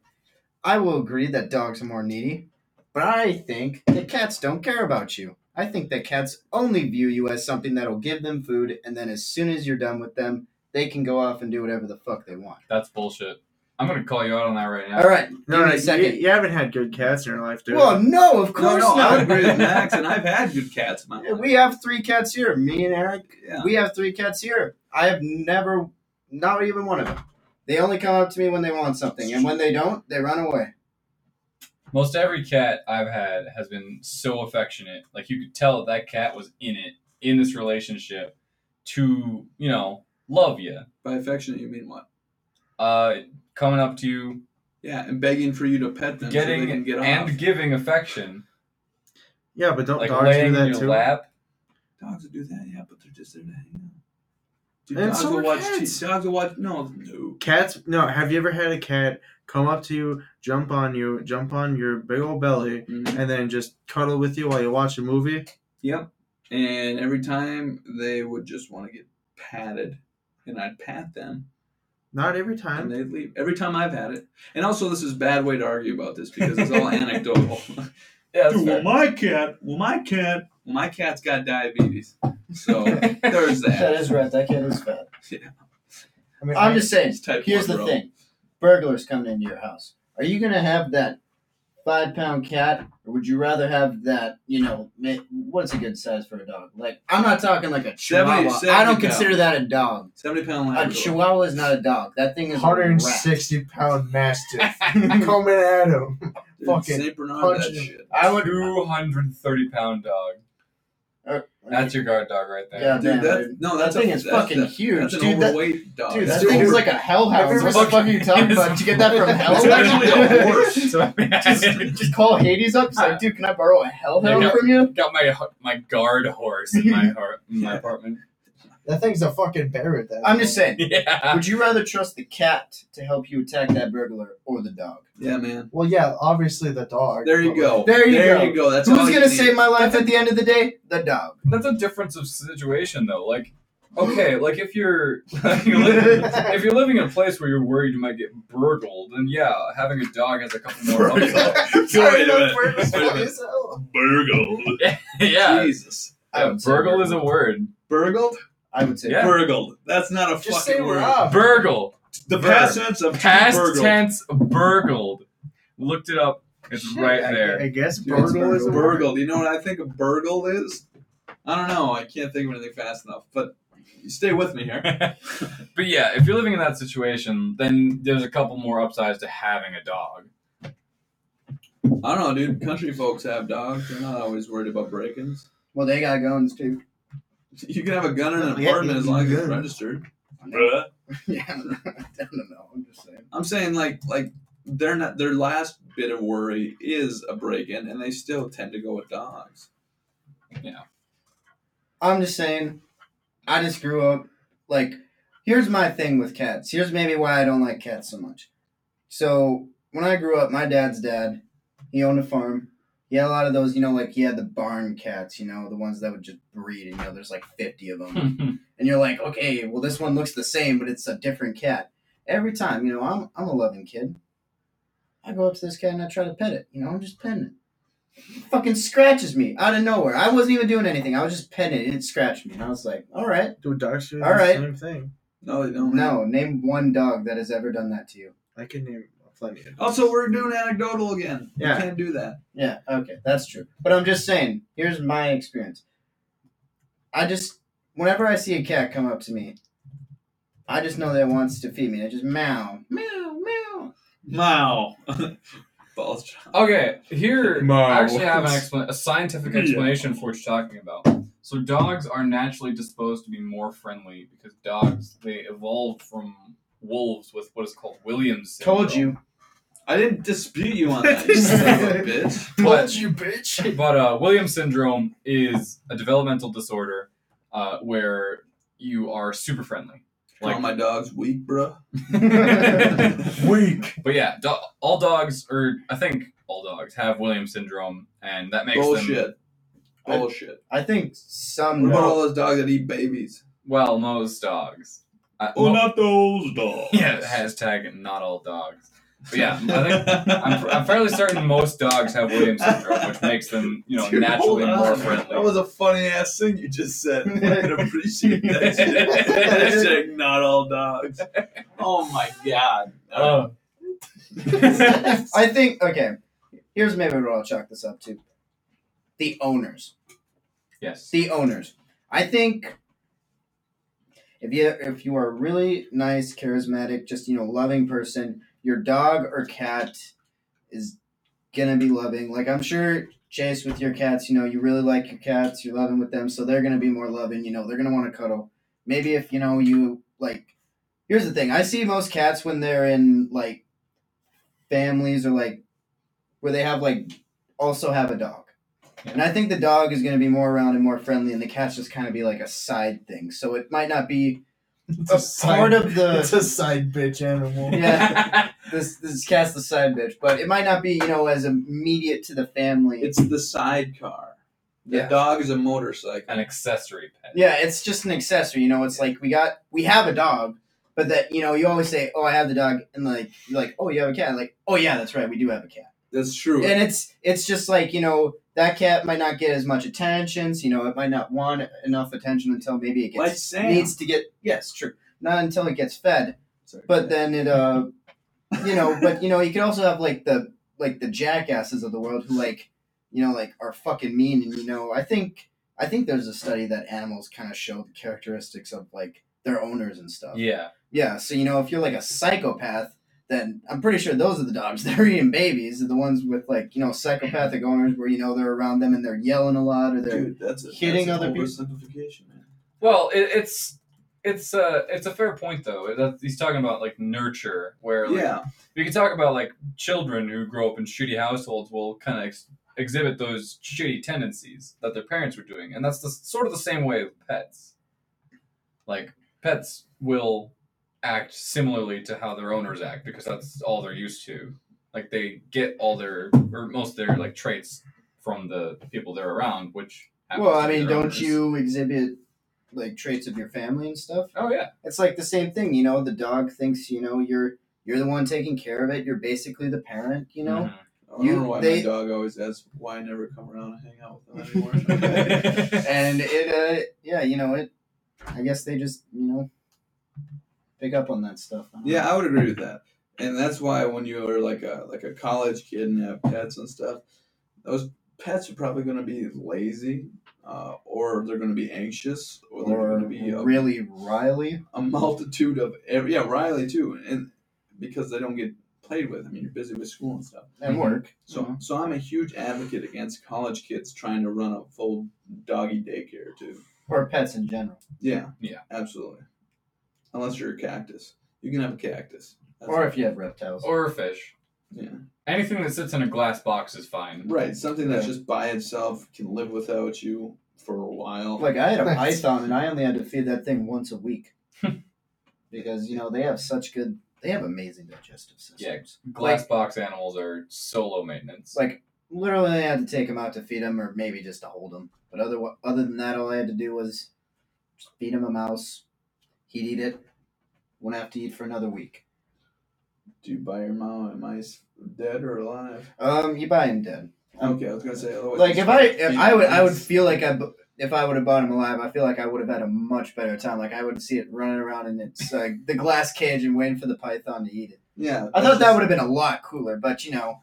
B: I will agree that dogs are more needy, but I think that cats don't care about you. I think that cats only view you as something that'll give them food, and then as soon as you're done with them, they can go off and do whatever the fuck they want.
C: That's bullshit. I'm gonna call you out on that right now.
B: All right.
D: no,
B: give
D: no,
B: me a
D: you,
B: second.
D: you haven't had good cats in your life, dude.
B: well, no, of course
A: no, no, I
B: not.
A: would agree
B: [LAUGHS]
A: with Max, and I've had good cats in my life.
B: We have three cats here. Me and Eric,
A: Yeah.
B: we have three cats here. I have never, not even one of them. They only come up to me when they want something, and when they don't, they run away.
C: Most every cat I've had has been so affectionate. Like you could tell that cat was in it, in this relationship, to you know love you.
A: By affectionate, you mean what?
C: Uh, coming up to you,
A: Yeah, and begging for you to pet them so
C: getting
A: they can get
C: and
A: off.
C: giving affection,
D: yeah, but don't
C: like
D: dogs do
C: laying in
D: that
C: your
D: too?
C: lap.
A: Dogs will do that, yeah, but they're just there to hang out. Dude,
D: And
A: dogs
D: so
A: will
D: are
A: watch.
D: cats.
A: T- dogs will watch. No, no.
D: Cats, no. Have you ever had a cat come up to you, jump on you, jump on your big old belly,
A: Mhm.
D: and then just cuddle with you while you watch a movie?
A: Yep. And every time they would just want to get patted, and I'd pat them,
D: Not every
A: and
D: time.
A: they'd leave. Every time I've had it. And also, this is a bad way to argue about this because it's
B: [LAUGHS]
A: all anecdotal.
C: Yeah, that's
A: Dude, well,
C: fair.
A: my cat, well, my cat, well, my cat's got diabetes.
C: [LAUGHS]
A: So there's that.
B: is right. That kid
A: [LAUGHS]
B: is fat.
D: I mean,
B: I'm just saying.
A: It's type
B: Here's
A: one,
B: the
A: bro.
B: thing: burglars coming into your house. Are you gonna have that five pound cat, or would you rather have that? You know, ma- what's a good size for a dog? Like, I'm not talking like a
A: Seventy-
B: chihuahua. I don't
A: seventy
B: consider
A: pounds.
B: that a dog.
A: Seventy pound
B: A
A: Labrador.
B: chihuahua is not a dog. That thing is a
D: [LAUGHS]
B: rat.
D: 160 pound mastiff coming at him.
A: Dude,
D: fucking.
A: Saint Bernard
D: punch
A: that
D: you.
A: shit.
C: I would 230 pound dog. That's your guard dog right there.
B: Yeah,
A: Dude,
B: man,
A: that
B: dude.
A: no,
B: that
A: that's
B: thing
A: a,
B: is
A: that's-
B: fucking
A: that-
B: huge,
A: That's an
B: dude. That,
A: overweight dog.
B: dude,
A: It's
B: that
A: an
B: thing is
A: over-
B: like a hellhound. What the fuck are you talking about? Did you get that from hell?
A: It's actually
D: [LAUGHS]
A: a horse.
C: So I [LAUGHS] mean, I
B: [LAUGHS] just, just call Hades up. It's like, dude, can I borrow a hellhound
C: Yeah.
B: from you?
C: got my my guard horse in my heart, in my apartment.
D: That thing's a fucking bear at that.
B: I'm just saying.
C: Yeah.
B: Would you rather trust the cat to help you attack that burglar or the dog?
A: Yeah, man.
D: Well, yeah, obviously the dog.
A: There you
D: but,
A: go.
D: like,
B: There you go.
A: That's all
B: Who's
A: you
B: gonna
A: need.
B: save my life at the end of the day? The dog.
C: That's a difference of situation though. Like, okay, like if you're [LAUGHS] you're living- if you're living in a place where you're worried you might get burgled, then yeah, having a dog has a couple
A: [LAUGHS]
C: more.
B: [LAUGHS]
A: Burgled.
D: Sorry,
A: Wait a
D: no,
A: minute.
D: where was
A: Wait a
D: I?
A: minute.
D: Is that-
A: Burgled.
C: yeah,
A: Jesus.
B: I
C: yeah
B: would say
C: burgle is a word.
A: Burgled?
B: I would say.
C: Yeah.
A: Burgled. That's not a
D: Just
A: fucking
D: say we're
A: word.
D: up.
C: Burgle,
A: The
C: Verb.
A: past tense of to
C: past
A: burgled.
C: tense, burgled. Looked it up. It's
D: Shit,
C: right
D: I-
C: there.
D: I, guess
B: Dude,
A: it's
D: burgle is a word.
A: Burgled. You know what I think a burgled is? I don't know. I can't think of anything fast enough. But stay with me here.
C: but yeah, if you're living in that situation, then there's a couple more upsides to having a dog.
A: I don't know, dude. Country folks have dogs. They're not always worried about break-ins.
B: Well, they got guns too.
A: You can have a gun in an
D: [LAUGHS] Yeah,
A: apartment as long as it's
D: yeah.
A: registered. Bruh.
B: [LAUGHS] yeah, I don't know. I'm just saying.
A: I'm saying like like they're not their last bit of worry is a break-in, and they still tend to go with dogs.
B: I'm just saying. I just grew up like. Here's my thing with cats. Here's maybe why I don't like cats so much. So when I grew up, my dad's dad, he owned a farm. He had a lot of those, you know, like he had the barn cats, you know, the ones that would just breed, and you know, there's like 50 of them. and you're like, okay, well, this one looks the same, but it's a different cat. Every time, you know, I'm, I'm a loving kid. I go up to this cat and I try to pet it. You know, I'm just petting it. It fucking scratches me out of nowhere. I wasn't even doing anything. I was just petting it and it scratched me. And I was like, all right.
D: Do dogs do the
B: All right.
D: same thing?
A: No, they don't.
B: No, name one dog that has ever done that to you.
D: I can name plenty. Of
A: Also, we're doing anecdotal again.
D: Yeah.
A: We can't do that.
B: Yeah, okay, that's true. But I'm just saying, here's my experience. I just, whenever I see a cat come up to me, I just know that it wants to feed me. I just meow, meow, meow.
A: [LAUGHS] Wow. Balls. drop.
C: [LAUGHS] okay, here
D: Mo.
C: I actually have an expla- a scientific explanation for what you're talking about. So dogs are naturally disposed to be more friendly because dogs they evolved from wolves with what is called Williams syndrome.
B: Told you.
A: I didn't dispute you on
D: [LAUGHS]
A: that, you son of a bitch.
C: But-
D: you, bitch.
C: but uh, Williams syndrome is a developmental disorder uh, where you are super friendly.
B: Oh
A: Call my dog's weak, [LAUGHS] bruh.
C: [LAUGHS]
D: Weak.
C: But yeah, do- all dogs, or I think all dogs, have Williams syndrome, and that makes them.
A: Bullshit.
B: I-
A: Bullshit.
B: I think some
A: What about all
B: know.
A: those dogs that eat babies?
C: Well, most dogs. I, mo-
A: not those dogs.
C: [LAUGHS] yeah, hashtag not all dogs. But yeah, I think I'm, I'm fairly certain most dogs have Williams syndrome, which makes them, you know,
A: Dude,
C: naturally
A: hold on.
C: more friendly.
A: That was a funny ass thing you just said. I can appreciate
C: [LAUGHS]
A: that shit. Hashtag not all dogs. Oh my god.
C: Uh,
B: I think okay. Here's maybe what I'll chalk this up to. The owners.
C: [LAUGHS] yes.
B: The owners. I think if you if you are a really nice, charismatic, just you know, loving person, your dog or cat is gonna be loving. Like I'm sure Chase with your cats, you know, you really like your cats, you're loving with them, so they're gonna be more loving, you know, they're gonna wanna cuddle. Maybe if you know you like here's the thing, I see most cats when they're in like families or like where they have like also have a dog. And I think the dog is gonna be more around and more friendly and the cat's just kinda be like a side thing. So it might not be
D: It's
B: a part of the
D: It's a side bitch animal.
B: Yeah.
A: [LAUGHS]
B: this this cat's the side bitch, but it might not be, you know, as immediate to the family.
A: It's the sidecar. The
B: Yeah.
A: dog is a motorcycle.
C: An accessory pet.
B: Yeah, it's just an accessory. You know, it's like we got we have a dog, but that you know you always say, "Oh, I have the dog," and like you're like, "Oh, you have a cat?" Like, "Oh yeah, that's right, we do have a cat."
A: That's true.
B: And it's it's just like you know that cat might not get as much attention. So, you know, it might not want enough attention until maybe it gets
A: like Sam.
B: needs to get yes, true. Not until it gets fed,
A: Sorry.
B: but then it uh you know, but you know, you could also have like the like the jackasses of the world who like you know like are fucking mean and you know I think I think there's a study that animals kind of show the characteristics of like their owners and stuff.
C: Yeah.
B: Yeah, so you know if you're like a psychopath, then I'm pretty sure those are the dogs [LAUGHS] that are eating babies, are the ones with like you know psychopathic owners where you know they're around them and they're yelling a lot or they're
A: Dude, that's a,
B: hitting
A: that's an
B: other people.
A: oversimplification, man.
C: Well, it, it's it's a it's a fair point though. That he's talking about like nurture, where like,
A: Yeah,
C: we can talk about like children who grow up in shitty households will kind of ex- exhibit those shitty tendencies that their parents were doing, and that's the sort of the same way with pets. Like pets will act similarly to how their owners act because that's all they're used to. Like they get all their or most of their like traits from the people they're around, which happens
B: well,
C: to
B: I
C: be
B: mean,
C: their
B: don't
C: owners.
B: you exhibit like traits of your family and stuff?
C: Oh yeah.
B: It's like the same thing, you know. The dog thinks you know you're you're the one taking care of it. You're basically the parent, you know.
C: Mhm.
A: I don't
B: You-
A: know why
B: they-
A: my dog always asks why I never come around and hang out with them
B: [LAUGHS]
A: anymore. [LAUGHS] Mm-hmm.
B: and it uh yeah you know it i guess they just you know pick up on that stuff I don't know.
A: Yeah, I would agree with that, and that's why when you are like a like a college kid and have pets and stuff, those pets are probably going to be lazy, uh, or they're going to be anxious, or they're
B: or
A: going to be uh, a,
B: really riley
A: a multitude of every, yeah Riley too, and because they don't get played with. I mean, you're busy with school and stuff.
B: at
C: Mhm.
B: work
A: Mm-hmm. So so I'm a huge advocate against college kids trying to run a full doggy daycare too.
B: or pets in general
A: Yeah.
C: Yeah.
A: Absolutely. Unless you're a cactus, you can have a cactus. That's- Oh.
B: or if you have
C: [LAUGHS]
B: reptiles
C: or a fish.
A: yeah.
C: Anything that sits in a glass box is fine.
A: Right, something that's
B: Yeah.
A: just by itself can live without you for a while.
B: like i had a
D: Nice.
B: python and i only had to feed that thing once a
A: [LAUGHS]
B: week because you know they have such good they have amazing digestive systems
C: Glass box animals are solo maintenance.
B: like [LAUGHS] literally i had to take them out to feed them or maybe just to hold them but other, other than that all i had to do was just feed him a mouse he'd eat it wouldn't have to eat for another week
A: Do you buy your mom and mice dead or alive?
B: um you buy him dead Um,
A: Okay, I was gonna say. otherwise
B: like
A: it's
B: if i
A: like
B: if
A: feeding
B: i would i would
A: mice.
B: feel like i bu- if i would have bought him alive i feel like i would have had a much better time like i would see it running around in its like the glass cage and waiting for the python to eat it
A: Yeah,
B: i thought that would have been a lot cooler but you know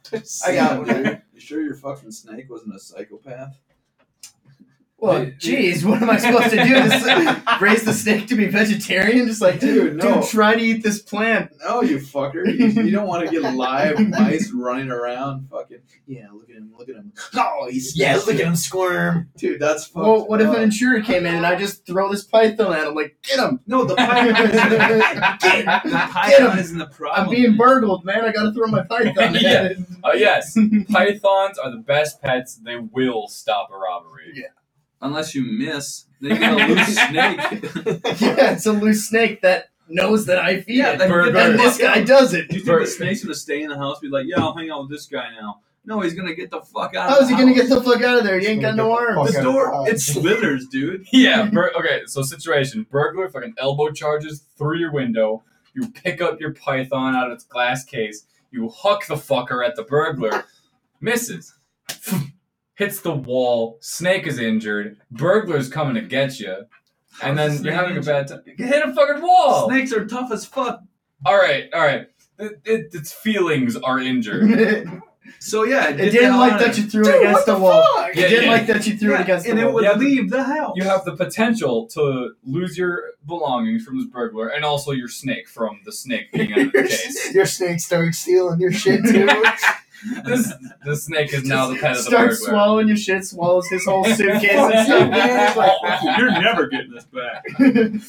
B: I got [LAUGHS] one.
A: dude. You sure your fucking snake wasn't a psychopath?
B: well
C: Dude,
B: geez what am i supposed to do Just raise the snake to be vegetarian just like
A: Dude, no.
B: dude try to eat this plant
A: No,
B: [LAUGHS]
A: you fucker. You, you don't want to get live mice running around, fucking. Yeah, look at him. Look at him. Oh, [LAUGHS] he's
B: him squirm.
A: Dude, that's fucked.
B: Well, what if
A: up.
B: an intruder came in and I just throw this python at him? Like, get him!
A: No, the python
B: [LAUGHS]
A: isn't the, the python isn't the problem.
B: I'm being burgled, man. I gotta throw my python at
C: Yeah.
B: it.
C: [LAUGHS] Oh yes, pythons are the best pets. They will stop a robbery.
B: Yeah.
A: Unless you miss, then you got a loose [LAUGHS] snake.
B: [LAUGHS] Yeah, it's a loose snake that knows that I feed
A: Yeah,
B: it.
A: then
C: Bird,
A: get the
B: and
C: bird.
B: this
A: fuck out.
B: guy does it.
A: Do you think the
C: Bird.
A: snake's gonna stay in the house? Be like, yeah, I'll hang out with this guy now. No, he's gonna get the fuck out.
B: How's
A: of the
B: he gonna
A: house.
B: get the fuck out of there? He ain't got no arms.
A: the
D: Fuck out of
A: door?
D: the house.
A: it slithers, dude.
C: Yeah. Bur- okay. So situation: burglar fucking elbow charges through your window. You pick up your python out of its glass case. You huck the fucker at the burglar. Misses. [LAUGHS] Hits the wall. Snake is injured. Burglar's coming to get you. And then you're having a bad time. Hit a fucking wall.
B: Oh.
A: Snakes are tough as fuck.
C: All right, all right. It, it, its feelings
A: [LAUGHS]
C: are injured.
B: [LAUGHS] it
A: So yeah, get the
B: didn't
A: hell
B: like
A: out of
B: that you
A: there.
B: threw
A: Dude,
B: it against
A: what
B: the, wall.
A: fuck?
B: It
C: Yeah,
B: didn't
C: yeah.
B: like that you threw it
A: Yeah,
B: against
A: and
B: the
A: it
B: wall. [LAUGHS]
A: would
C: Yeah, but-
A: leave the house.
C: You have the potential to lose your belongings from this burglar and also your snake from the snake being out
A: [LAUGHS]
C: of the
D: your,
C: case.
D: your snake starts
B: [LAUGHS]
D: stealing your shit too.
C: this, the snake is now the pet of the
B: Starts
C: burglar.
B: swallowing your shit, swallows his whole suitcase and stuff. man. It's
A: [LAUGHS]
B: like,
A: You're never getting this back.
B: [LAUGHS]
C: Um,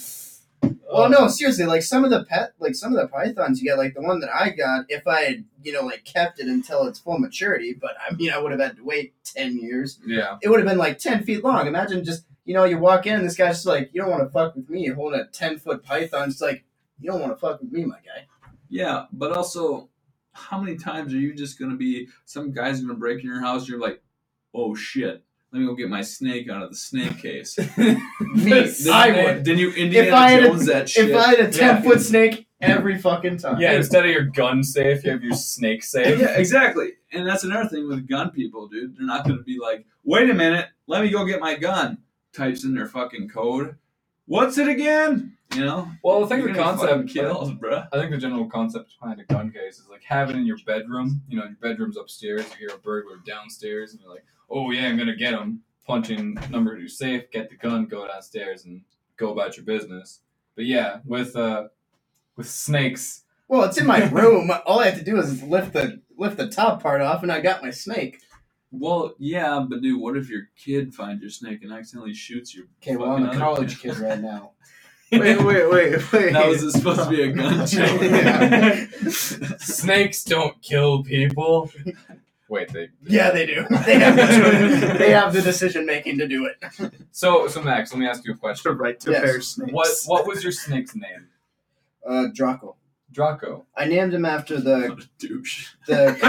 B: Well, no, seriously, like some of the pet, like some of the pythons you get, like the one that I got, if I had, you know, like kept it until its full maturity, but I mean, I would have had to wait 10 years.
A: [LAUGHS]
C: Yeah.
B: It would have been like 10 feet long. Imagine just, you know, you walk in, this guy's just like, you don't want to fuck with me. You're holding a 10 foot python. It's like, you don't want to fuck with me,
C: [LAUGHS]
B: my guy.
A: Yeah, but also, how many times are you just gonna be some guy's gonna break in your house? You're like, oh shit, let me go get my snake out of the snake
B: [LAUGHS]
A: case.
B: Me,
C: This
B: I
C: man-
B: would.
A: Then you Indiana
B: I had a-
A: Jones that shit.
B: If I had a 10
C: Yeah.
B: foot snake every fucking time.
C: Yeah, instead of your gun safe, you have your snake safe.
A: yeah, exactly. And that's another thing with gun people, dude. They're not going to be like, wait a minute, let me go get my gun. Types in their fucking code. What's it again? You know?
C: Well, I think
A: You're
C: the
A: gonna
C: concept-
A: fucking kills, bruh.
C: I think the general concept behind a gun case is like having it in your bedroom. You know, your bedroom's upstairs. You hear a burglar downstairs, and you're like, "Oh yeah, I'm gonna get him." Punch in number two safe, get the gun, go downstairs, and go about your business. But yeah, with uh, with snakes,
B: Well, it's in my room. All I have to do is lift the lift the top part off, and I got my snake.
A: Well, yeah, but dude, what if your kid finds your snake and accidentally shoots you?
B: Okay, well I'm a college kid right now.
D: Wait, wait, wait, wait.
A: That was supposed to be a
B: [LAUGHS]
A: gun joke.
B: Yeah.
C: Snakes don't kill people. [LAUGHS] Wait, they.
B: Yeah, they
D: [LAUGHS]
B: do. They have the, they have the decision making to do it.
C: So, so Max, let me ask you a
D: the
C: question.
D: right to
B: Yes.
D: bear snakes.
C: What, what was your snake's name?
B: Uh, Draco. [LAUGHS]
C: Draco.
B: I named him after the
A: What a [LAUGHS] douche.
B: [LAUGHS] the.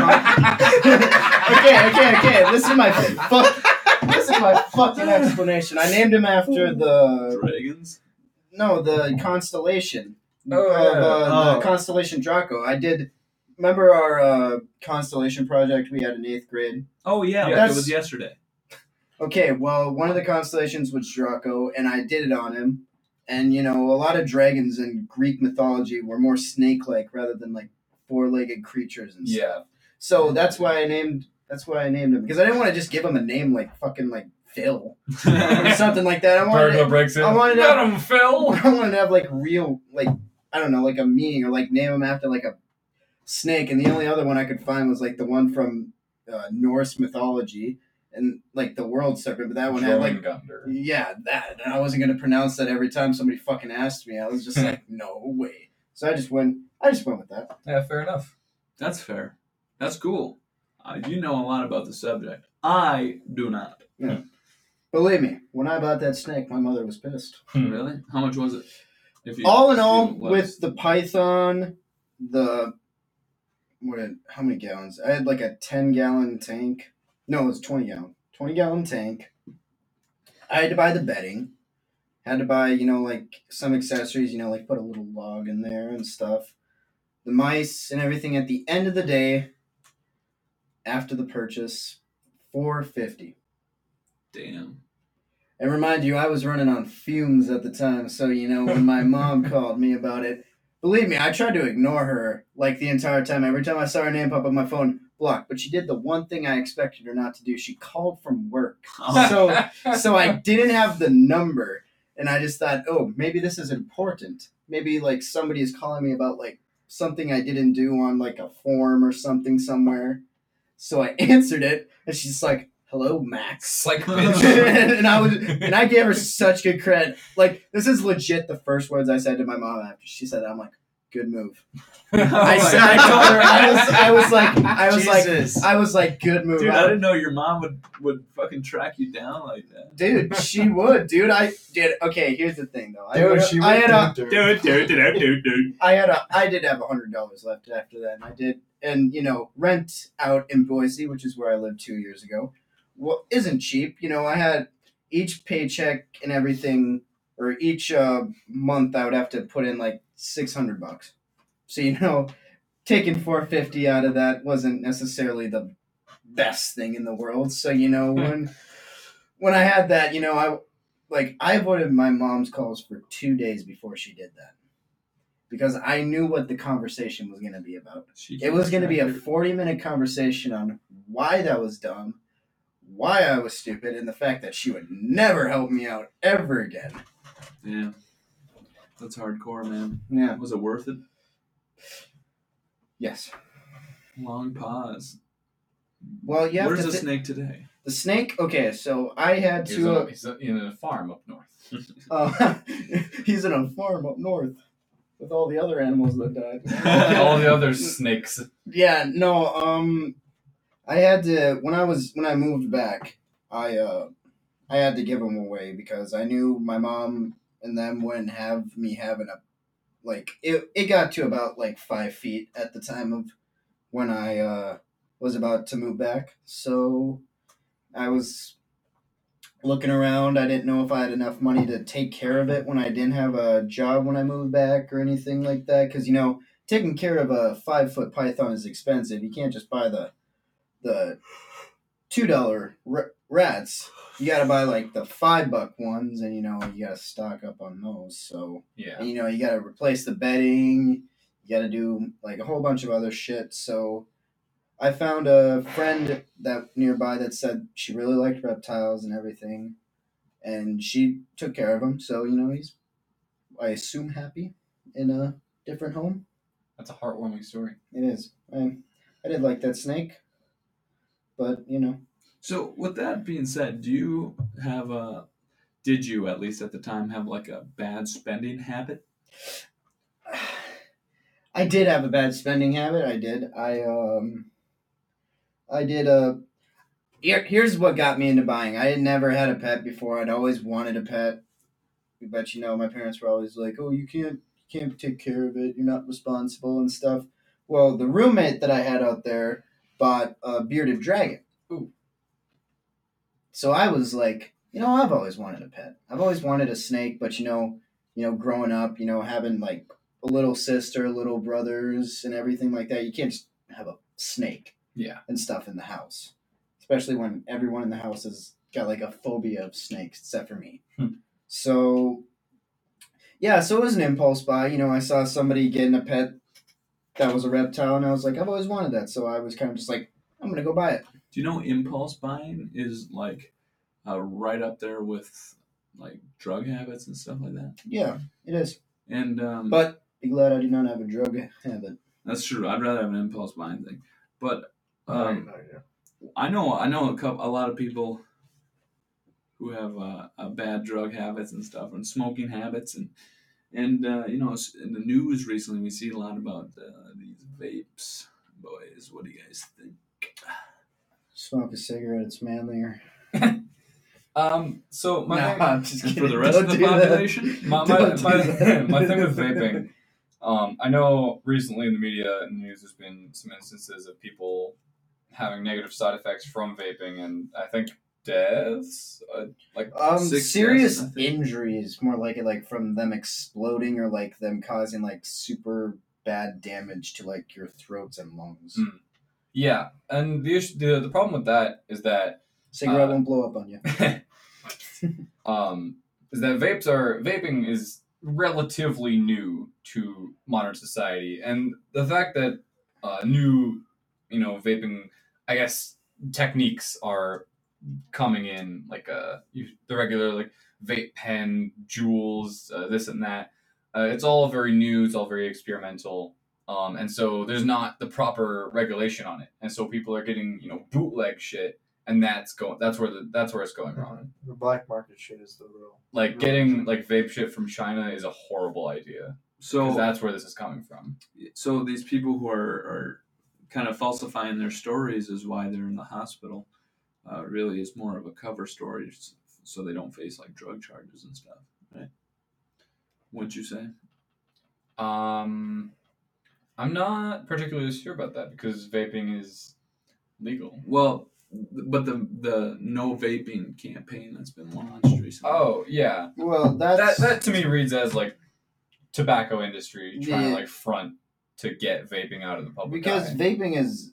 B: Con- okay, okay, okay. This is my fuck. This is my fucking explanation. I named him after the
A: Dragons.
B: no the constellation.
C: Oh,
B: Uh,
D: yeah.
B: the
D: Oh.
B: constellation Draco. I did. Remember our uh, constellation project we had in eighth grade.
A: Oh yeah,
C: Yeah,
A: like
B: that's-
A: it was yesterday.
B: Okay, well, one of the constellations was Draco, and I did it on him. And you know, a lot of dragons in Greek mythology were more snake-like rather than like four-legged creatures and stuff.
C: Yeah.
B: So that's why I named that's why I named him because I didn't want to just give him a name like fucking like Phil
A: [LAUGHS]
B: or something like that. I wanted
C: Virgo
B: to,
C: breaks in.
B: I wanted to-
C: Get him, Phil.
B: [LAUGHS] I wanted to have like real like I don't know like a meaning or like name him after like a snake. And the only other one I could find was like the one from uh, Norse mythology and like the world serpent, but that one had like
C: Jormungandr.
B: yeah, that. And I wasn't gonna pronounce that every time somebody fucking asked me. I was just like, no way. So I just went. I just went with that.
C: Yeah, fair enough.
A: That's fair. That's cool. Uh, you know a lot about the subject. I do not.
B: Believe me, when I bought that snake, my mother was pissed.
C: Hmm.
A: Really? How much was it? If you,
B: all in
A: if
B: all,
A: you let us-
B: with the python, the what? Did, how many gallons? I had like a ten gallon tank. No, it was twenty gallon. Twenty gallon tank. I had to buy the bedding. Had to buy, you know, like some accessories. You know, like put a little log in there and stuff. The mice and everything. At the end of the day, after the purchase, four fifty.
A: damn.
B: And remind you, I was running on fumes at the time, so you know when my mom called me about it, believe me, I tried to ignore her like the entire time. Every time I saw her name pop up my phone, blocked. But she did the one thing I expected her not to do. She called from work,
A: Oh,
B: [LAUGHS]
C: [LAUGHS]
B: So- so I didn't have the number, and I just thought, oh, maybe this is important. Maybe like somebody is calling me about like something I didn't do on like a form or something somewhere. So I [LAUGHS] answered it, and she's like, "Hello, Max."
C: It's
B: [LAUGHS]
C: like bitch.
B: and I was, and I gave her such good credit. Like this is legit. The first words I said to my mom after she said, that, "I'm like, good move."
A: [LAUGHS]
B: I,
A: Oh my
B: said, I told her I was, I was like, I was like,
D: Jesus.
B: I was like, good
A: [LAUGHS]
B: move,
A: dude,
B: I-
A: I didn't know your mom would would fucking track you down like that.
B: dude. She would, dude. I did. Okay, here's the thing though. I,
D: Dude,
B: had
D: she
B: a, I had a,
D: would do dirt.
A: Dude, dude, dude, dude, dude.
B: I had a, I did have a hundred dollars left after that, and I did, and you know, rent out in Boise, which is where I lived two years ago, well, isn't cheap. You know, I had each paycheck and everything, or each uh, month, I would have to put in like six hundred bucks. So you know, taking four fifty out of that wasn't necessarily the best thing in the world. So you know, when when I had that, you know, I like I avoided my mom's calls for two days before she did that because I knew what the conversation was going to be about.
A: She
B: It was going to be a
A: tracked
B: 40 minute conversation on why that was dumb, why I was stupid, and the fact that she would never help me out ever again.
A: her. Yeah. That's hardcore, man.
B: Yeah.
A: Was it worth it?
B: Yes.
A: Long pause.
B: Well, you have
A: Where's
B: to.
A: the
B: thi-
A: snake today?
B: the snake. Okay, so I had
C: He's,
B: to.
C: a,
B: Uh,
C: he's a, in a farm up north.
B: [LAUGHS] uh, he's in a farm up north with all the other animals that died.
C: [LAUGHS] All the other snakes.
B: Yeah, no, um I had to when I was when I moved back, I uh I had to give them away because I knew my mom and them wouldn't have me having a like it it got to about like 5 feet at the time of when I uh was about to move back. So I was looking around. I didn't know if I had enough money to take care of it when I didn't have a job when I moved back or anything like that cuz you know taking care of a five foot python is expensive. You can't just buy the the two dollar r- rats. You got to buy like the five buck ones, and you know you got to stock up on those. So
C: Yeah.
B: and, you know you got to replace the bedding. You got to do like a whole bunch of other shit. So I found a friend that nearby that said she really liked reptiles and everything, and she took care of him. So you know he's, I assume, happy in a different home.
C: That's a heartwarming story.
B: It is. I, I did like that snake, but you know,
A: So, with that being said, do you have a, did you at least at the time have like a bad spending habit?
B: I did have a bad spending habit. I did. I um, I did a. Here, here's what got me into buying. I had never had a pet before. I'd always wanted a pet, but you know, my parents were always like, "Oh, you can't, you can't take care of it. You're not responsible and stuff." Well, the roommate that I had out there bought a bearded dragon.
C: Ooh.
B: So I was like, you know, I've always wanted a pet. I've always wanted a snake, but you know, you know, growing up, you know, having like a little sister, little brothers, and everything like that. You can't just have a snake
C: Yeah.
B: and stuff in the house, especially when everyone in the house has got like a phobia of snakes, except for me.
C: Hmm.
B: So, yeah, so it was an impulse buy. You know, I saw somebody getting a pet that was a reptile, and I was like, I've always wanted that. So I was kind of just like, I'm going to go buy it.
A: Do you know impulse buying is like uh, right up there with like drug habits and stuff like that?
B: Yeah, it is.
A: And um,
B: But- Be glad I do not have a drug habit.
A: that's true. I'd rather have an impulse buying thing. But um,
D: No, no,
A: I know I know a couple, a lot of people who have uh, uh, bad drug habits and stuff, and smoking habits, and and uh, you know, s- in the news recently, we see a lot about uh, these vapes. Boys, what do you guys think?
B: Smoke a cigarette, it's manlier.
C: Um. So my
B: Nah,
C: thing-
B: I'm just
A: And for
B: kidding.
A: the rest
B: Don't
A: of the
B: do that.
A: population,
C: my, my,
B: Don't
C: [LAUGHS]
B: do
C: my,
B: that.
C: my thing with vaping, um, I know recently in the media and the news there's been some instances of people having negative side effects from vaping, and I think deaths. Uh, like
B: Um,
A: Six
B: serious
A: deaths, I think.
B: injuries, more like it, like from them exploding or like them causing like super bad damage to like your throats and lungs.
C: Mm. yeah, and the issue, the, the problem with that is that
B: Cigarette
C: Uh,
B: won't blow up on you.
C: um, is that vapes are vaping is relatively new to modern society, and the fact that uh, new, you know, vaping, I guess techniques are coming in, like uh, you, the regular like vape pen, jewels, uh, this and that. Uh, it's all very new. It's all very experimental. Um, and so there's not the proper regulation on it, and so people are getting you know bootleg shit, and that's going that's where the that's where it's going wrong
D: no. The black market shit is the real.
C: like getting like vape shit from China is a horrible idea because
A: so
C: that's where this is coming from.
A: so these people who are, are kind of falsifying their stories is why they're in the hospital. Uh, really, is more of a cover story, s- so they don't face like drug charges and stuff, right? Wouldn't you say?
C: Um, I'm not particularly sure about that because vaping is legal.
A: Well, th- but the the no vaping campaign that's been launched recently.
C: Oh yeah,
B: Well,
C: that
B: that's
C: that to me reads as like tobacco industry trying to
B: Yeah.
C: like front to get vaping out of the public
B: because
C: eye.
B: vaping is,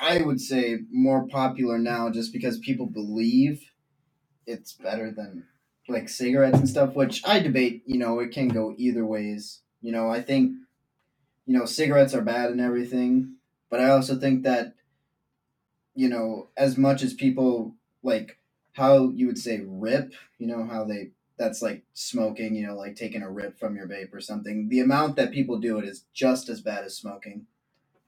B: I would say, more popular now just because people believe it's better than like cigarettes and stuff. Which I debate. You know, it can go either ways. You know, I think, you know, cigarettes are bad and everything, but I also think that, you know, as much as people like how you would say rip, you know, how they that's like smoking, you know, like taking a rip from your vape or something. The amount that people do it is just as bad as smoking.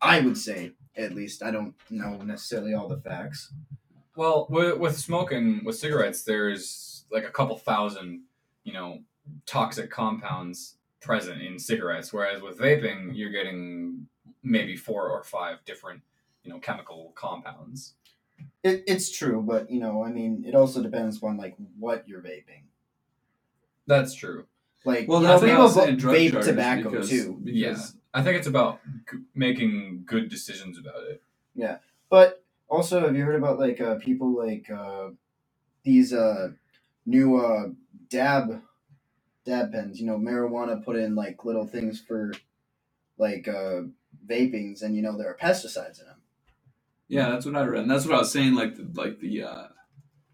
B: I would say, at least. I don't know necessarily all the facts.
C: Well, with, with smoking, with cigarettes, there's like a couple thousand, you know, toxic compounds present in cigarettes. Whereas with vaping, you're getting maybe four or five different, you know, chemical compounds.
B: It, it's true, but you know, I mean, it also depends on like what you're vaping.
C: That's true.
B: Like,
A: well,
B: you
A: that's
B: know,
A: what I
B: people
A: was saying,
B: va-
A: drug
B: vape
A: charges,
B: tobacco
A: because,
B: too,
A: Because
C: I think it's about g- making good decisions about it.
B: but also, have you heard about like uh, people like uh, these uh, new uh, dab dab pens? You know, marijuana put in like little things for like uh, vapings, and you know there are pesticides in them.
A: Yeah, that's what I read. And that's what I was saying. Like, the, like the, uh,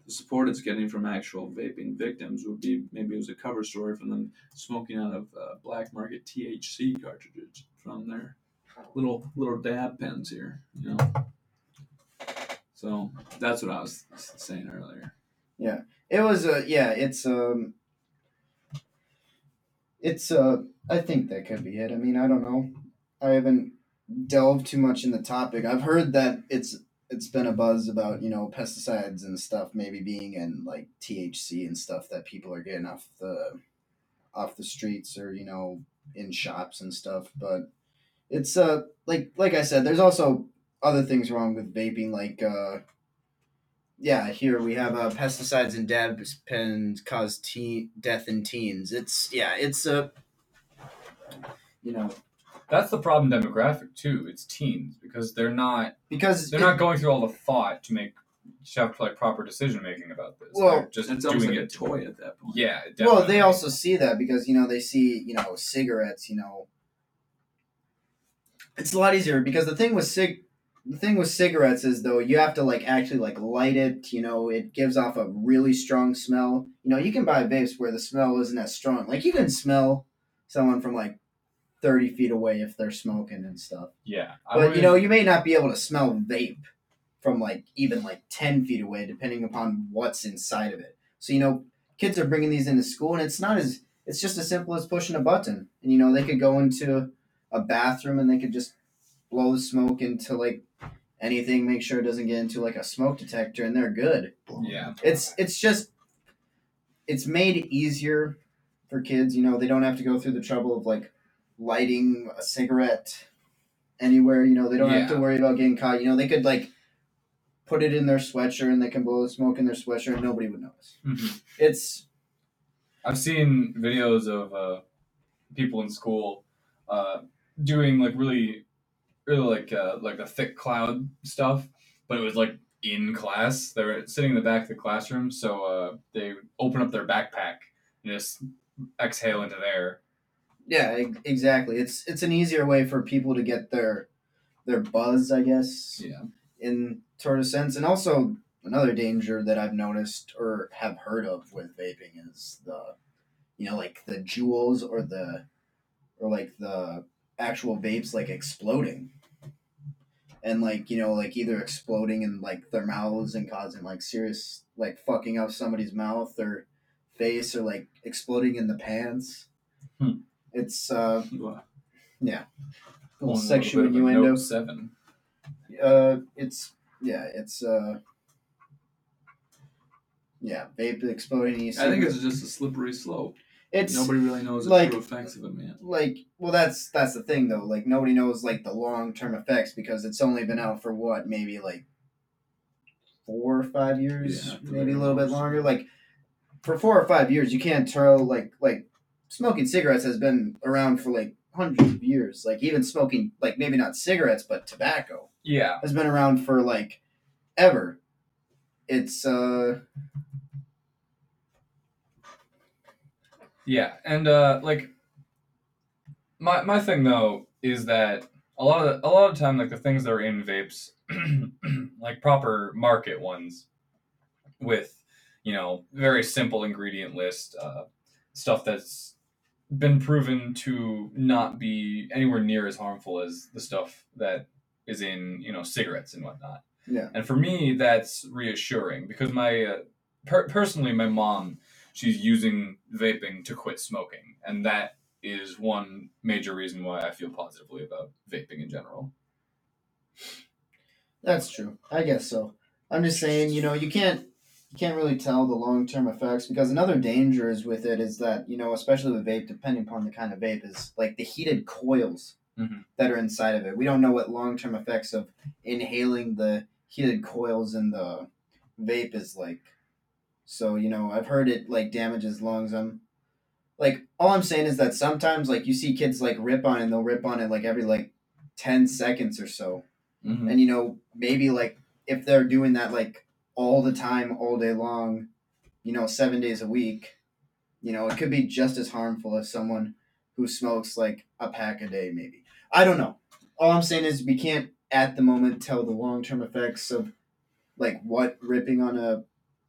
A: the support it's getting from actual vaping victims would be maybe it was a cover story from them smoking out of uh, black market THC cartridges from their little little dab pens here. You know. So that's what I was s- saying earlier.
B: It was a yeah. It's um. It's uh. I think that could be it. I mean, I don't know. I haven't delved too much in the topic. I've heard that it's it's been a buzz about you know pesticides and stuff maybe being in like THC and stuff that people are getting off the off the streets or you know in shops and stuff. But it's uh like like I said, there's also other things wrong with vaping like uh yeah, here we have uh, pesticides and dab pens cause teen death in teens. It's yeah, it's a you know
C: That's the problem demographic too. It's teens because they're not
B: because
C: they're
B: it-
C: not going through all the thought to make to have like proper decision making about this.
B: Well,
C: they're just
A: It's
C: doing
A: almost like
C: it.
A: a toy at that point.
C: Yeah, definitely.
B: Well, they also see that because you know they see you know cigarettes. You know, it's a lot easier because the thing with cig, the thing with cigarettes is though you have to like actually like light it. You know, it gives off a really strong smell. You know, you can buy vapes where the smell isn't as strong. Like you can smell someone from like thirty feet away if they're smoking and stuff.
C: yeah. I
B: But you
C: wouldn't-
B: know, you may not be able to smell vape from like even like ten feet away, depending upon what's inside of it. So you know, kids are bringing these into school, and it's not as it's just as simple as pushing a button. And you know, they could go into a bathroom and they could just blow the smoke into like anything, make sure it doesn't get into like a smoke detector, and they're good.
C: yeah.
B: It's it's just it's made easier for kids. You know, they don't have to go through the trouble of like lighting a cigarette anywhere. You know, they don't have to
C: Yeah.
B: worry about getting caught. You know, they could like put it in their sweatshirt and they can blow the smoke in their sweatshirt and nobody would notice.
C: Mhm.
B: It's
C: I've seen videos of uh, people in school uh, doing like really, really like uh, like the thick cloud stuff, but it was like in class. They were sitting in the back of the classroom, so uh, they open up their backpack and just exhale into the air.
B: yeah, e- exactly. It's it's an easier way for people to get their their buzz, I guess.
C: Yeah,
B: in sort of sense. And also another danger that I've noticed or have heard of with vaping is the you know, like the jewels or the or like the actual vapes like exploding. And like, you know, like either exploding in like their mouths and causing like serious like fucking up somebody's mouth or face or like exploding in the pants.
C: Hmm.
B: It's uh
A: Wow.
B: a little
C: Pulling a little
B: sexual
C: bit of a
B: innuendo.
C: Note seven.
B: uh, it's yeah, it's uh, yeah, vape exploding. You
A: I think
B: see-
A: it's just a slippery slope.
B: it's
A: Nobody really knows the
B: like-
A: true effects of it, man.
B: like well, that's that's the thing though. Like nobody knows like the long term effects because it's only been out for what maybe like four or five years,
A: Yeah,
B: maybe
A: very
B: a little bit
A: close.
B: longer. Like for four or five years, you can't tell like like smoking cigarettes has been around for like hundreds of years. Like even smoking like maybe not cigarettes but tobacco.
C: Yeah,
B: has been around for like ever. It's uh
C: Yeah, and uh, like my my thing though is that a lot of the, a lot of time like the things that are in vapes, [CLEARS THROAT] like proper market ones, with you know very simple ingredient list uh, stuff that's been proven to not be anywhere near as harmful as the stuff that is in you know cigarettes and whatnot.
B: Yeah.
C: and for me that's reassuring because my uh, per- personally my mom she's using vaping to quit smoking. And that is one major reason why I feel positively about vaping in general.
B: that's true. I guess so. I'm just saying, you know, you can't you can't really tell the long term effects because another danger is with it is that, you know, especially with vape, depending upon the kind of vape, is like the heated coils
C: Mhm.
B: that are inside of it. We don't know what long term effects of inhaling the heated coils in the vape is like. So, you know, I've heard it like damages lungs. I'm like all I'm saying is that sometimes like you see kids like rip on it and they'll rip on it like every like ten seconds or so.
C: Mm.
B: And you know, maybe like if they're doing that like all the time, all day long, you know, seven days a week, you know, it could be just as harmful as someone who smokes like a pack a day, maybe. I don't know. All I'm saying is we can't at the moment tell the long term effects of like what ripping on a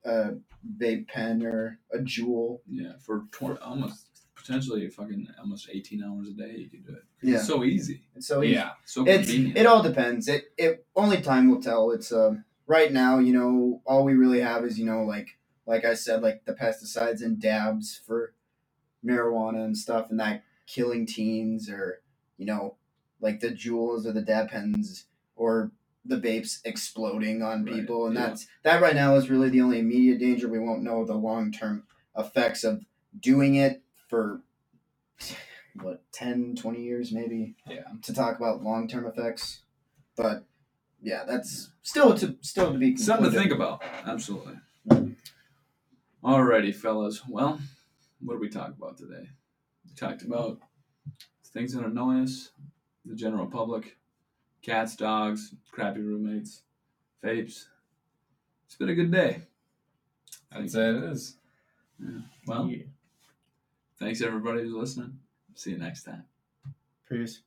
B: a vape pen or a jewel
A: Yeah, for 20, almost potentially fucking almost 18 hours a day, you could do it.
B: Yeah.
A: It's so easy,
B: it's so easy.
C: Yeah.
A: so
B: it's
A: convenient.
B: it all depends. It it only time will tell. It's um right now, you know, all we really have is you know like like I said, like the pesticides and dabs for marijuana and stuff, and that killing teens or you know like the jewels or the dab pens or the vapes exploding on
A: Right,
B: people, and
A: yeah.
B: that's that right now is really the only immediate danger. We won't know the long term effects of doing it for what 10 20 years maybe
C: Yeah.
B: to talk about long term effects but yeah that's still to still to be
A: Something to
B: concluded.
A: think about. Absolutely. Alrighty, fellas. Well, what did we talk about today? We talked about things that annoy us, the general public, cats, dogs, crappy roommates, vapes. It's been a good day.
C: I'd say it is.
A: Well, thanks everybody who's listening. See you next time.
B: Peace.